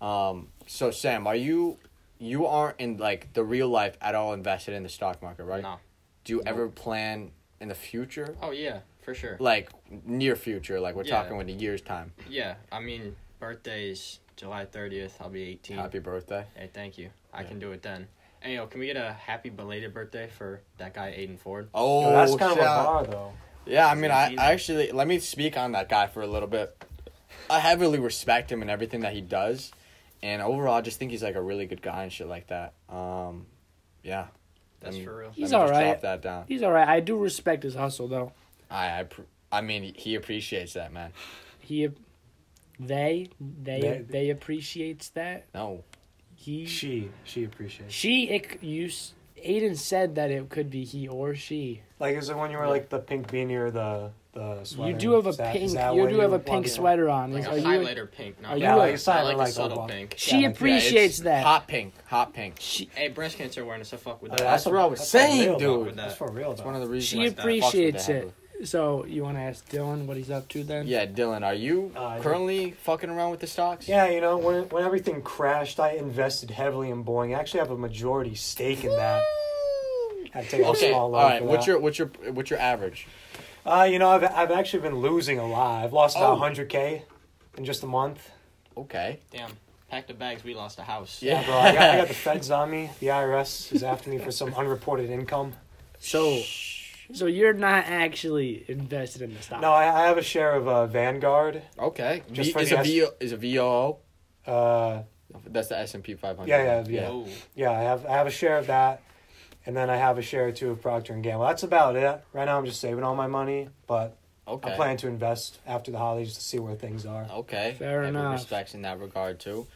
Speaker 2: Um so Sam, are you you aren't in like the real life at all invested in the stock market, right?
Speaker 3: No.
Speaker 2: Do you ever plan in the future?
Speaker 3: Oh yeah, for sure.
Speaker 2: Like near future, like we're
Speaker 3: Yeah.
Speaker 2: talking with a year's time.
Speaker 3: Yeah, I mean, birthday's July 30th. I'll be 18.
Speaker 2: Happy birthday.
Speaker 3: Hey, thank you. I
Speaker 2: Yeah.
Speaker 3: can do it then. Hey, yo, can we get a happy belated birthday for that guy Aiden Ford?
Speaker 2: Oh,
Speaker 4: Yo, that's kind of a
Speaker 2: shout-
Speaker 4: bar though.
Speaker 2: Yeah, I mean, I,
Speaker 3: He's-
Speaker 2: I actually let me speak on that guy for a little bit. I heavily respect him and everything that he does, and overall, I just think he's like a really good guy and shit like that. Um, yeah,
Speaker 3: That's
Speaker 2: Mm.
Speaker 3: for real.
Speaker 1: He's
Speaker 2: Let me
Speaker 1: all
Speaker 2: just
Speaker 1: right.
Speaker 2: Drop that down.
Speaker 1: He's all right. I do respect his hustle though.
Speaker 2: I, I pr- I mean, he appreciates that, man.
Speaker 1: He, they, they,
Speaker 4: They-
Speaker 1: they, appreciates that.
Speaker 2: No,
Speaker 1: He, she,
Speaker 4: She she appreciates.
Speaker 1: it, you, s- Aiden said that it could be he or she.
Speaker 4: Like, is it when you wear like the pink beanie or the the sweater?
Speaker 1: You do have a
Speaker 4: Is that- is
Speaker 1: pink.
Speaker 4: that
Speaker 1: You
Speaker 4: when
Speaker 1: do have a
Speaker 4: walk
Speaker 1: pink
Speaker 4: in?
Speaker 1: sweater on.
Speaker 3: Like
Speaker 1: Is-
Speaker 3: a
Speaker 1: are you-
Speaker 3: highlighter pink. Not
Speaker 1: are
Speaker 4: Yeah,
Speaker 1: you
Speaker 4: like a
Speaker 3: I
Speaker 4: silent,
Speaker 3: like,
Speaker 4: like
Speaker 3: a subtle
Speaker 4: a-
Speaker 3: pink.
Speaker 1: she
Speaker 4: Yeah, like,
Speaker 2: Yeah, it's
Speaker 1: appreciates that.
Speaker 2: Hot pink, hot pink.
Speaker 1: She,
Speaker 3: Hey, breast cancer awareness. I fuck with
Speaker 4: Oh,
Speaker 3: that.
Speaker 2: that's what I was
Speaker 4: for
Speaker 2: saying,
Speaker 4: real, though.
Speaker 2: dude.
Speaker 4: That's for real.
Speaker 2: It's
Speaker 4: though.
Speaker 2: one of the reasons.
Speaker 1: She
Speaker 2: why I fucks with
Speaker 1: appreciates
Speaker 2: it
Speaker 1: it.
Speaker 2: heavily.
Speaker 1: So you want to ask Dylan what he's up to then?
Speaker 2: Yeah, Dylan, are you
Speaker 4: Uh,
Speaker 2: currently fucking around with the stocks?
Speaker 4: Yeah, you know, when, when everything crashed, I invested heavily in Boeing. I actually have a majority stake in
Speaker 1: [laughs]
Speaker 4: that. I take a
Speaker 2: Okay.
Speaker 4: small
Speaker 2: All
Speaker 4: loan
Speaker 2: right.
Speaker 4: for
Speaker 2: What's
Speaker 4: that.
Speaker 2: your what's your what's your average?
Speaker 4: Uh, you know, I've, I've actually been losing a lot. I've lost
Speaker 2: Oh.
Speaker 4: about 100K in just a month.
Speaker 2: Okay.
Speaker 3: Damn, packed the bags. We lost a house.
Speaker 2: Yeah.
Speaker 4: Bro, I got, I
Speaker 2: [laughs]
Speaker 4: got the feds on me. The IRS is after me for some unreported income.
Speaker 1: So, so you're not actually invested in the stock.
Speaker 4: No, I, I have a share of uh, Vanguard.
Speaker 2: Okay. V-
Speaker 4: Just for
Speaker 2: is
Speaker 4: the
Speaker 2: a
Speaker 4: S-
Speaker 2: VO is a VOO?
Speaker 4: Uh,
Speaker 2: That's the S and P 500.
Speaker 4: Yeah, yeah, yeah.
Speaker 3: Oh,
Speaker 4: yeah, I have I have a share of that, and then I have a share or two of Procter and Gamble. That's about it. Right now, I'm just saving all my money, but
Speaker 2: Okay.
Speaker 4: I'm planning to invest after the holidays to see where things are.
Speaker 2: Okay.
Speaker 1: Fair
Speaker 2: Every
Speaker 1: enough.
Speaker 2: Respects in that regard too.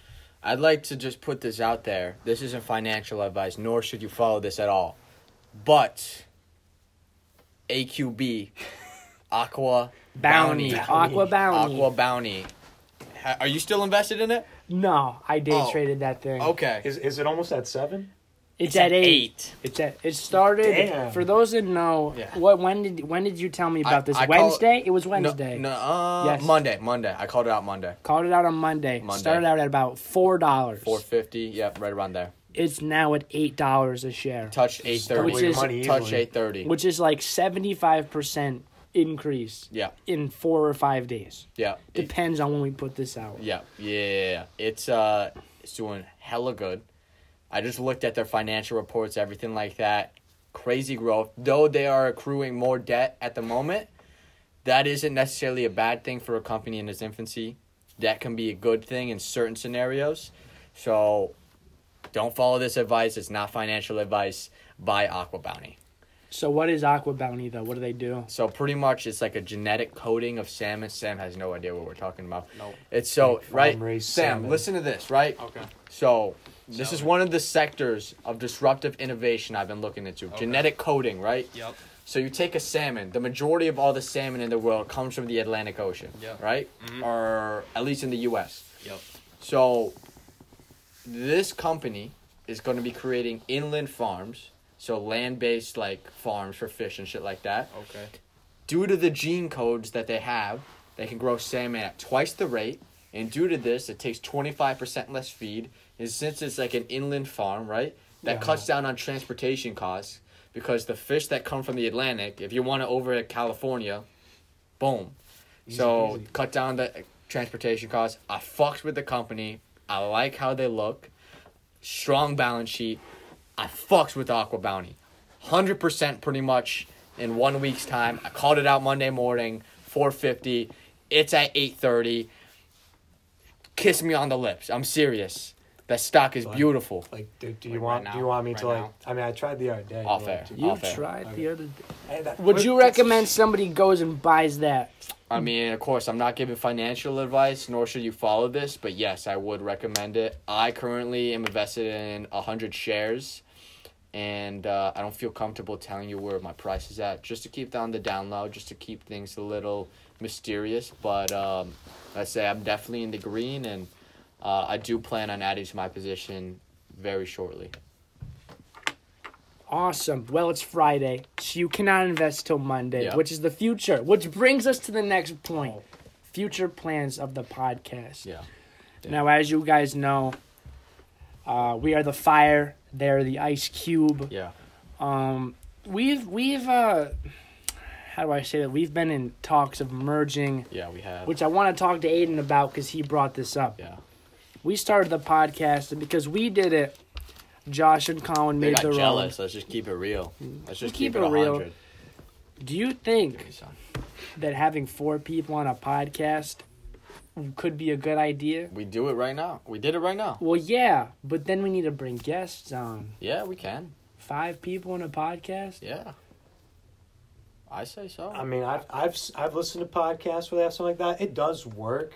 Speaker 2: I'd like to just put this out there. This isn't financial advice, nor should you follow this at all. But
Speaker 4: [laughs]
Speaker 2: AQB, Aqua
Speaker 1: Bounty,
Speaker 2: Bounty.
Speaker 1: Aqua Bounty.
Speaker 2: Aqua Bounty. Ha- Are you still invested in it?
Speaker 1: No, I day
Speaker 2: Oh.
Speaker 1: traded that thing.
Speaker 2: Okay.
Speaker 4: Is is it almost at seven?
Speaker 1: It's, at eight.
Speaker 2: eight.
Speaker 1: It's at. It started.
Speaker 4: Damn.
Speaker 1: For those that know,
Speaker 2: Yeah.
Speaker 1: what when did when did you tell me
Speaker 2: I-
Speaker 1: about this?
Speaker 2: I call-
Speaker 1: Wednesday. it was
Speaker 2: No-
Speaker 1: Wednesday.
Speaker 2: No, uh,
Speaker 1: Yes.
Speaker 2: Monday, Monday. I called it out Monday.
Speaker 1: Called it out on Monday.
Speaker 2: Monday.
Speaker 1: Started out at about four dollars.
Speaker 2: Four fifty. Yep, right around there.
Speaker 1: It's now at eight dollars a share,
Speaker 2: Touched eight thirty.
Speaker 1: Which is-
Speaker 4: Money
Speaker 2: touched
Speaker 4: easily.
Speaker 2: eight thirty.
Speaker 1: which is like seventy five percent increase
Speaker 2: Yeah,
Speaker 1: in four or five days.
Speaker 2: yeah, it-
Speaker 1: Depends on when we put this out.
Speaker 2: yeah, yeah, yeah, yeah. It's uh, it's doing hella good. I just looked at their financial reports, everything like that. Crazy growth. Though they are accruing more debt at the moment, that isn't necessarily a bad thing for a company in its infancy. That can be a good thing in certain scenarios. So, don't follow this advice. It's not financial advice. Buy Aqua Bounty.
Speaker 1: So what is Aqua Bounty though? What do they do?
Speaker 2: So pretty much, it's like a genetic coding of salmon. Sam has no idea what we're talking about.
Speaker 3: Nope.
Speaker 2: It's so right. Sam,
Speaker 4: raised salmon.
Speaker 2: listen to this. Right.
Speaker 3: okay.
Speaker 2: So this is one of the sectors of disruptive innovation I've been looking into. Genetic coding. Right.
Speaker 3: Yep.
Speaker 2: So you take a salmon. The majority of all the salmon in the world comes from the Atlantic Ocean.
Speaker 3: Yeah.
Speaker 2: Right. Or at least in the U.S.
Speaker 3: Yep.
Speaker 2: So this company is going to be creating inland farms. So land-based like farms for fish and shit like that
Speaker 3: Okay.
Speaker 2: due to the gene codes that they have, they can grow salmon at twice the rate. And due to this, it takes 25% less feed. And since it's like an inland farm, right, that
Speaker 4: Yeah.
Speaker 2: cuts down on transportation costs because the fish that come from the Atlantic, if you want it over to California, boom. so
Speaker 4: easy.
Speaker 2: cut down the uh, transportation costs. I fucked with the company. I like how they look. Strong balance sheet. I fucks with Aqua Bounty. 100% pretty much in one week's time. I called it out Monday morning, 450. It's at 830. Kiss me on the lips. I'm serious. That stock is beautiful.
Speaker 4: Like, do, do
Speaker 3: Wait,
Speaker 4: you
Speaker 3: right
Speaker 4: want
Speaker 3: now?
Speaker 4: do you want me
Speaker 3: Right
Speaker 4: to like?
Speaker 3: now?
Speaker 4: I mean, I tried the other day.
Speaker 2: Off
Speaker 4: but, like,
Speaker 2: air.
Speaker 1: You
Speaker 2: Off air.
Speaker 1: tried the other day.
Speaker 4: hey, that-
Speaker 1: Would
Speaker 4: what-
Speaker 1: you recommend somebody goes and buys that?
Speaker 2: I mean, of course, I'm not giving financial advice, nor should you follow this, but yes, I would recommend it. I currently am invested in 100 shares, and uh, I don't feel comfortable telling you where my price is at, just to keep down the down low, just to keep things a little mysterious. But um, I say I'm definitely in the green, and uh, I do plan on adding to my position very shortly.
Speaker 1: Awesome. Well, it's Friday, so you cannot invest till Monday,
Speaker 2: Yeah.
Speaker 1: which is the future. Which brings us to the next point future plans of the podcast.
Speaker 2: Yeah.
Speaker 1: Now, as you guys know, uh, we are the fire, they're the ice cube.
Speaker 2: Yeah.
Speaker 1: Um, we've, we've, uh, how do I say that? We've been in talks of merging,
Speaker 2: Yeah, we have.
Speaker 1: which I want to talk to Aiden about because he brought this up.
Speaker 2: yeah.
Speaker 1: We started the podcast, and because we did it, Josh and Colin
Speaker 2: They
Speaker 1: made
Speaker 2: got
Speaker 1: their
Speaker 2: jealous. Let's just keep it real. Let's just keep,
Speaker 1: keep
Speaker 2: it
Speaker 1: it real.
Speaker 2: 100.
Speaker 1: own. Do you think
Speaker 2: Son.
Speaker 1: that having four people on a podcast could be a good idea?
Speaker 2: We do it right now. We did it right now.
Speaker 1: Well, yeah, but then we need to bring guests on.
Speaker 2: Yeah, we can.
Speaker 1: Five people on a podcast?
Speaker 2: Yeah. I say so.
Speaker 4: I mean, I've I've s- I've listened to podcasts where they have something like that. It does work,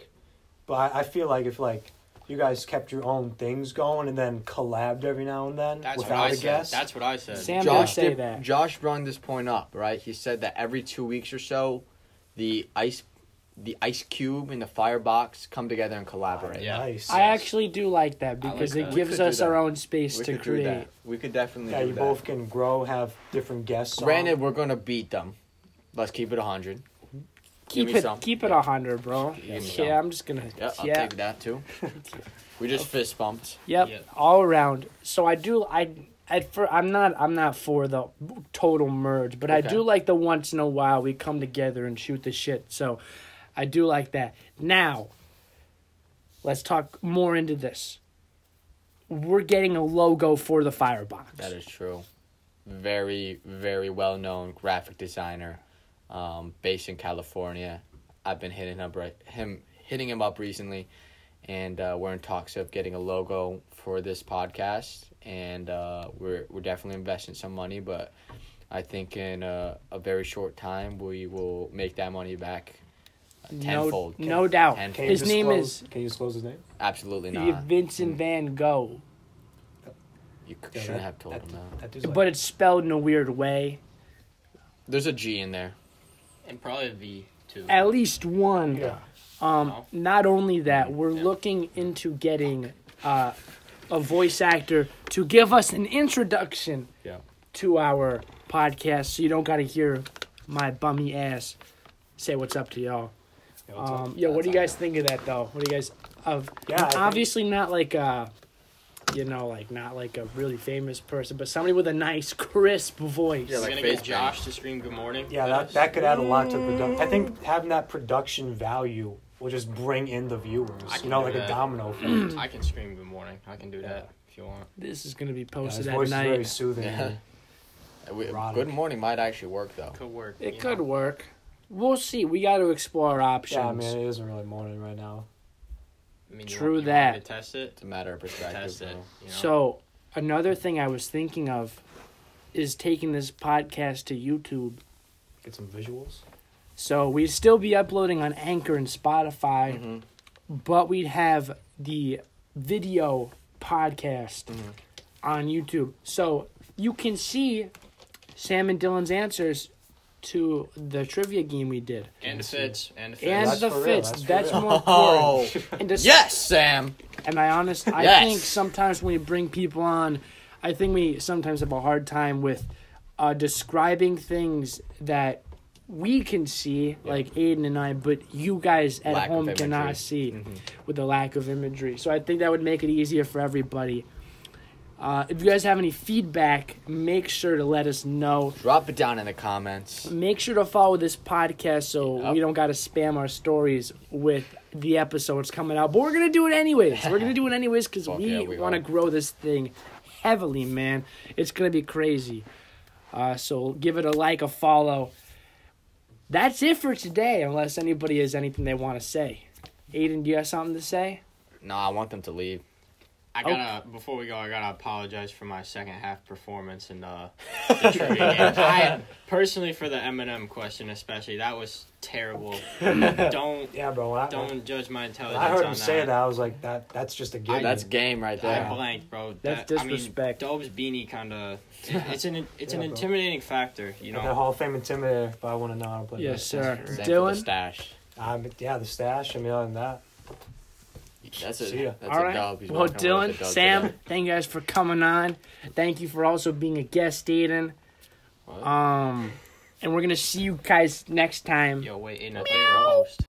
Speaker 4: but I, I feel like if like you guys kept your own things going and then collabed every now and then
Speaker 3: That's
Speaker 4: without
Speaker 3: what I
Speaker 4: a
Speaker 3: said.
Speaker 4: guest.
Speaker 3: That's what I said.
Speaker 1: Sam did
Speaker 2: Josh
Speaker 1: say
Speaker 2: did-
Speaker 1: that.
Speaker 2: Josh brought this point up, right? He said that every two weeks or so, the ice, the ice cube and the firebox come together and collaborate.
Speaker 3: Yeah.
Speaker 4: Nice.
Speaker 1: I actually do like that
Speaker 3: like
Speaker 1: because
Speaker 3: that.
Speaker 1: it
Speaker 3: We
Speaker 1: gives
Speaker 2: could do
Speaker 1: us our
Speaker 2: that.
Speaker 1: own space
Speaker 2: we
Speaker 1: to
Speaker 2: could do
Speaker 1: create.
Speaker 2: that. We could definitely.
Speaker 4: yeah,
Speaker 2: do
Speaker 4: you
Speaker 2: that.
Speaker 4: both can grow, have different guests.
Speaker 2: Granted,
Speaker 4: on.
Speaker 2: we're gonna beat them. Let's keep it 100.
Speaker 1: Keep
Speaker 2: me
Speaker 1: it,
Speaker 2: some.
Speaker 1: keep it a hundred, bro.
Speaker 2: Give me
Speaker 1: Yeah,
Speaker 2: some.
Speaker 1: I'm just gonna.
Speaker 2: Yeah, I'll
Speaker 1: yeah.
Speaker 2: take
Speaker 1: [laughs]
Speaker 2: that too. we just fist bumped.
Speaker 1: Yep,
Speaker 3: Yep.
Speaker 1: all around. So I do. I at for I'm not. I'm not for the total merge, but I
Speaker 2: Okay.
Speaker 1: do like the once in a while we come together and shoot the shit. So I do like that. Now, let's talk more into this. We're getting a logo for the firebox.
Speaker 2: That is true. Very, very well known graphic designer, um, based in California. I've been hitting up right, him hitting him up recently, and uh, we're in talks of getting a logo for this podcast, and uh, we're we're definitely investing some money, but I think in a, a very short time we will make that money back uh, tenfold.
Speaker 1: No, no doubt.
Speaker 2: Tenfold.
Speaker 4: Can you
Speaker 1: His name
Speaker 4: disclose-
Speaker 1: is-
Speaker 4: Can you disclose his name?
Speaker 2: Absolutely
Speaker 1: Nah.
Speaker 2: not.
Speaker 1: Vincent Van Gogh,
Speaker 2: You c- shouldn't have told him that.
Speaker 1: but it's spelled in a weird way.
Speaker 2: There's a G in there.
Speaker 3: And probably V too.
Speaker 1: At least one.
Speaker 4: yeah.
Speaker 1: Um, not only
Speaker 4: Mm.
Speaker 1: that, we're
Speaker 2: Yeah.
Speaker 1: looking into getting uh, a voice actor to give us an introduction
Speaker 2: Yeah.
Speaker 1: to our podcast so you don't got to hear my bummy ass say what's up to y'all.
Speaker 4: Yeah, what's up?
Speaker 1: Um, yo, what do you guys think of that though? What do you guys of
Speaker 4: Yeah, I think-
Speaker 1: obviously not like uh you know, like not like a really famous person, but somebody with a nice crisp voice.
Speaker 2: Yeah,
Speaker 3: We're
Speaker 2: like
Speaker 3: gonna
Speaker 2: face
Speaker 3: get Josh to scream good morning.
Speaker 4: yeah, that, that could add a lot to production. I think having that production value will just bring in the viewers.
Speaker 3: I can
Speaker 4: You know,
Speaker 3: do
Speaker 4: like
Speaker 3: that.
Speaker 4: a
Speaker 3: [clears throat]
Speaker 4: domino effect.
Speaker 3: I can scream good morning. I can do that if you want.
Speaker 1: this is gonna be
Speaker 4: Yeah, his
Speaker 1: posted at
Speaker 4: voice is very
Speaker 1: night.
Speaker 4: soothing.
Speaker 2: Yeah. Uh, We-
Speaker 4: Erotic.
Speaker 2: Good morning might actually work though.
Speaker 3: Could work.
Speaker 1: It
Speaker 3: you
Speaker 1: could
Speaker 3: know.
Speaker 1: work. We'll see. We got to explore options.
Speaker 4: Yeah, I mean, it isn't really morning right now.
Speaker 3: I mean,
Speaker 1: True
Speaker 3: you want, you want me
Speaker 1: that.
Speaker 3: to test it.
Speaker 2: It's a matter of perspective.
Speaker 3: Test it.
Speaker 2: Bro.
Speaker 3: You know?
Speaker 1: So another thing I was thinking of is taking this podcast to YouTube.
Speaker 4: Get some visuals.
Speaker 1: So we'd still be uploading on Anchor and
Speaker 4: Mm-hmm.
Speaker 1: Spotify,
Speaker 2: Mhm.
Speaker 1: but we'd have the video podcast
Speaker 4: Mm-hmm.
Speaker 1: on YouTube. So you can see Sam and Dylan's answers to the trivia game we did.
Speaker 3: and the fits and the fits.
Speaker 1: And
Speaker 4: That's
Speaker 1: the
Speaker 4: for real,
Speaker 1: fits.
Speaker 4: that's for
Speaker 1: That's,
Speaker 4: real. Oh.
Speaker 1: more
Speaker 4: [laughs]
Speaker 1: important. And to
Speaker 2: yes, Sam.
Speaker 1: And I honest, I
Speaker 2: Yes.
Speaker 1: think sometimes when we bring people on, I think we sometimes have a hard time with uh, describing things that we can see, like Aiden and I, but you guys at
Speaker 2: Lack of
Speaker 1: home cannot
Speaker 2: imagery. Mm-hmm.
Speaker 1: see with the lack of imagery. So I think that would make it easier for everybody. Uh, if you guys have any feedback, make sure to let us know.
Speaker 2: Drop it down in the comments.
Speaker 1: Make sure to follow this podcast so
Speaker 2: Yep.
Speaker 1: we don't got to spam our stories with the episodes coming out. But we're going to do it anyways. We're going to do it anyways because
Speaker 2: [laughs] Fuck
Speaker 1: we,
Speaker 2: yeah, we
Speaker 1: want to
Speaker 2: are.
Speaker 1: grow this thing heavily, man. It's going to be crazy. Uh, so give it a like, a follow. That's it for today, unless anybody has anything they want to say. Aiden, do you have something to say?
Speaker 2: No, I want them to leave.
Speaker 3: I
Speaker 1: Oh.
Speaker 3: gotta before we go, I gotta apologize for my second half performance and
Speaker 4: [laughs]
Speaker 3: uh, the trivia game. I personally for the Eminem question especially that was
Speaker 4: [laughs]
Speaker 3: terrible. don't
Speaker 4: Yeah, bro. When I,
Speaker 3: don't judge my
Speaker 4: when
Speaker 3: intelligence.
Speaker 4: I heard
Speaker 3: on
Speaker 4: him say that. I was like, that. That's just a given.
Speaker 2: That's game right
Speaker 3: I
Speaker 2: there.
Speaker 3: blanked, bro.
Speaker 1: That's
Speaker 3: That-
Speaker 1: disrespect.
Speaker 3: I mean, Dove's beanie kind
Speaker 4: [laughs]
Speaker 3: of it's an it's an
Speaker 4: Yeah, bro.
Speaker 3: intimidating factor, you
Speaker 4: Like that
Speaker 3: know.
Speaker 4: Hall of Fame intimidator, if I want to know how to play.
Speaker 1: Yes, sir.
Speaker 2: Same for the
Speaker 1: Dylan?
Speaker 2: stash.
Speaker 4: Um, yeah, the stash. I mean, other than that,
Speaker 2: That's a,
Speaker 4: See ya.
Speaker 2: that's
Speaker 1: All
Speaker 2: a
Speaker 1: right.
Speaker 2: dub. He's
Speaker 1: well,
Speaker 2: walking away with
Speaker 1: Dylan,
Speaker 2: a dub
Speaker 1: Sam,
Speaker 2: today.
Speaker 1: thank you guys for coming on. Thank you for also being a guest, Aiden.
Speaker 2: What?
Speaker 1: Um, and we're gonna see you guys next time.
Speaker 3: Yo, wait, ain't nothing for a host.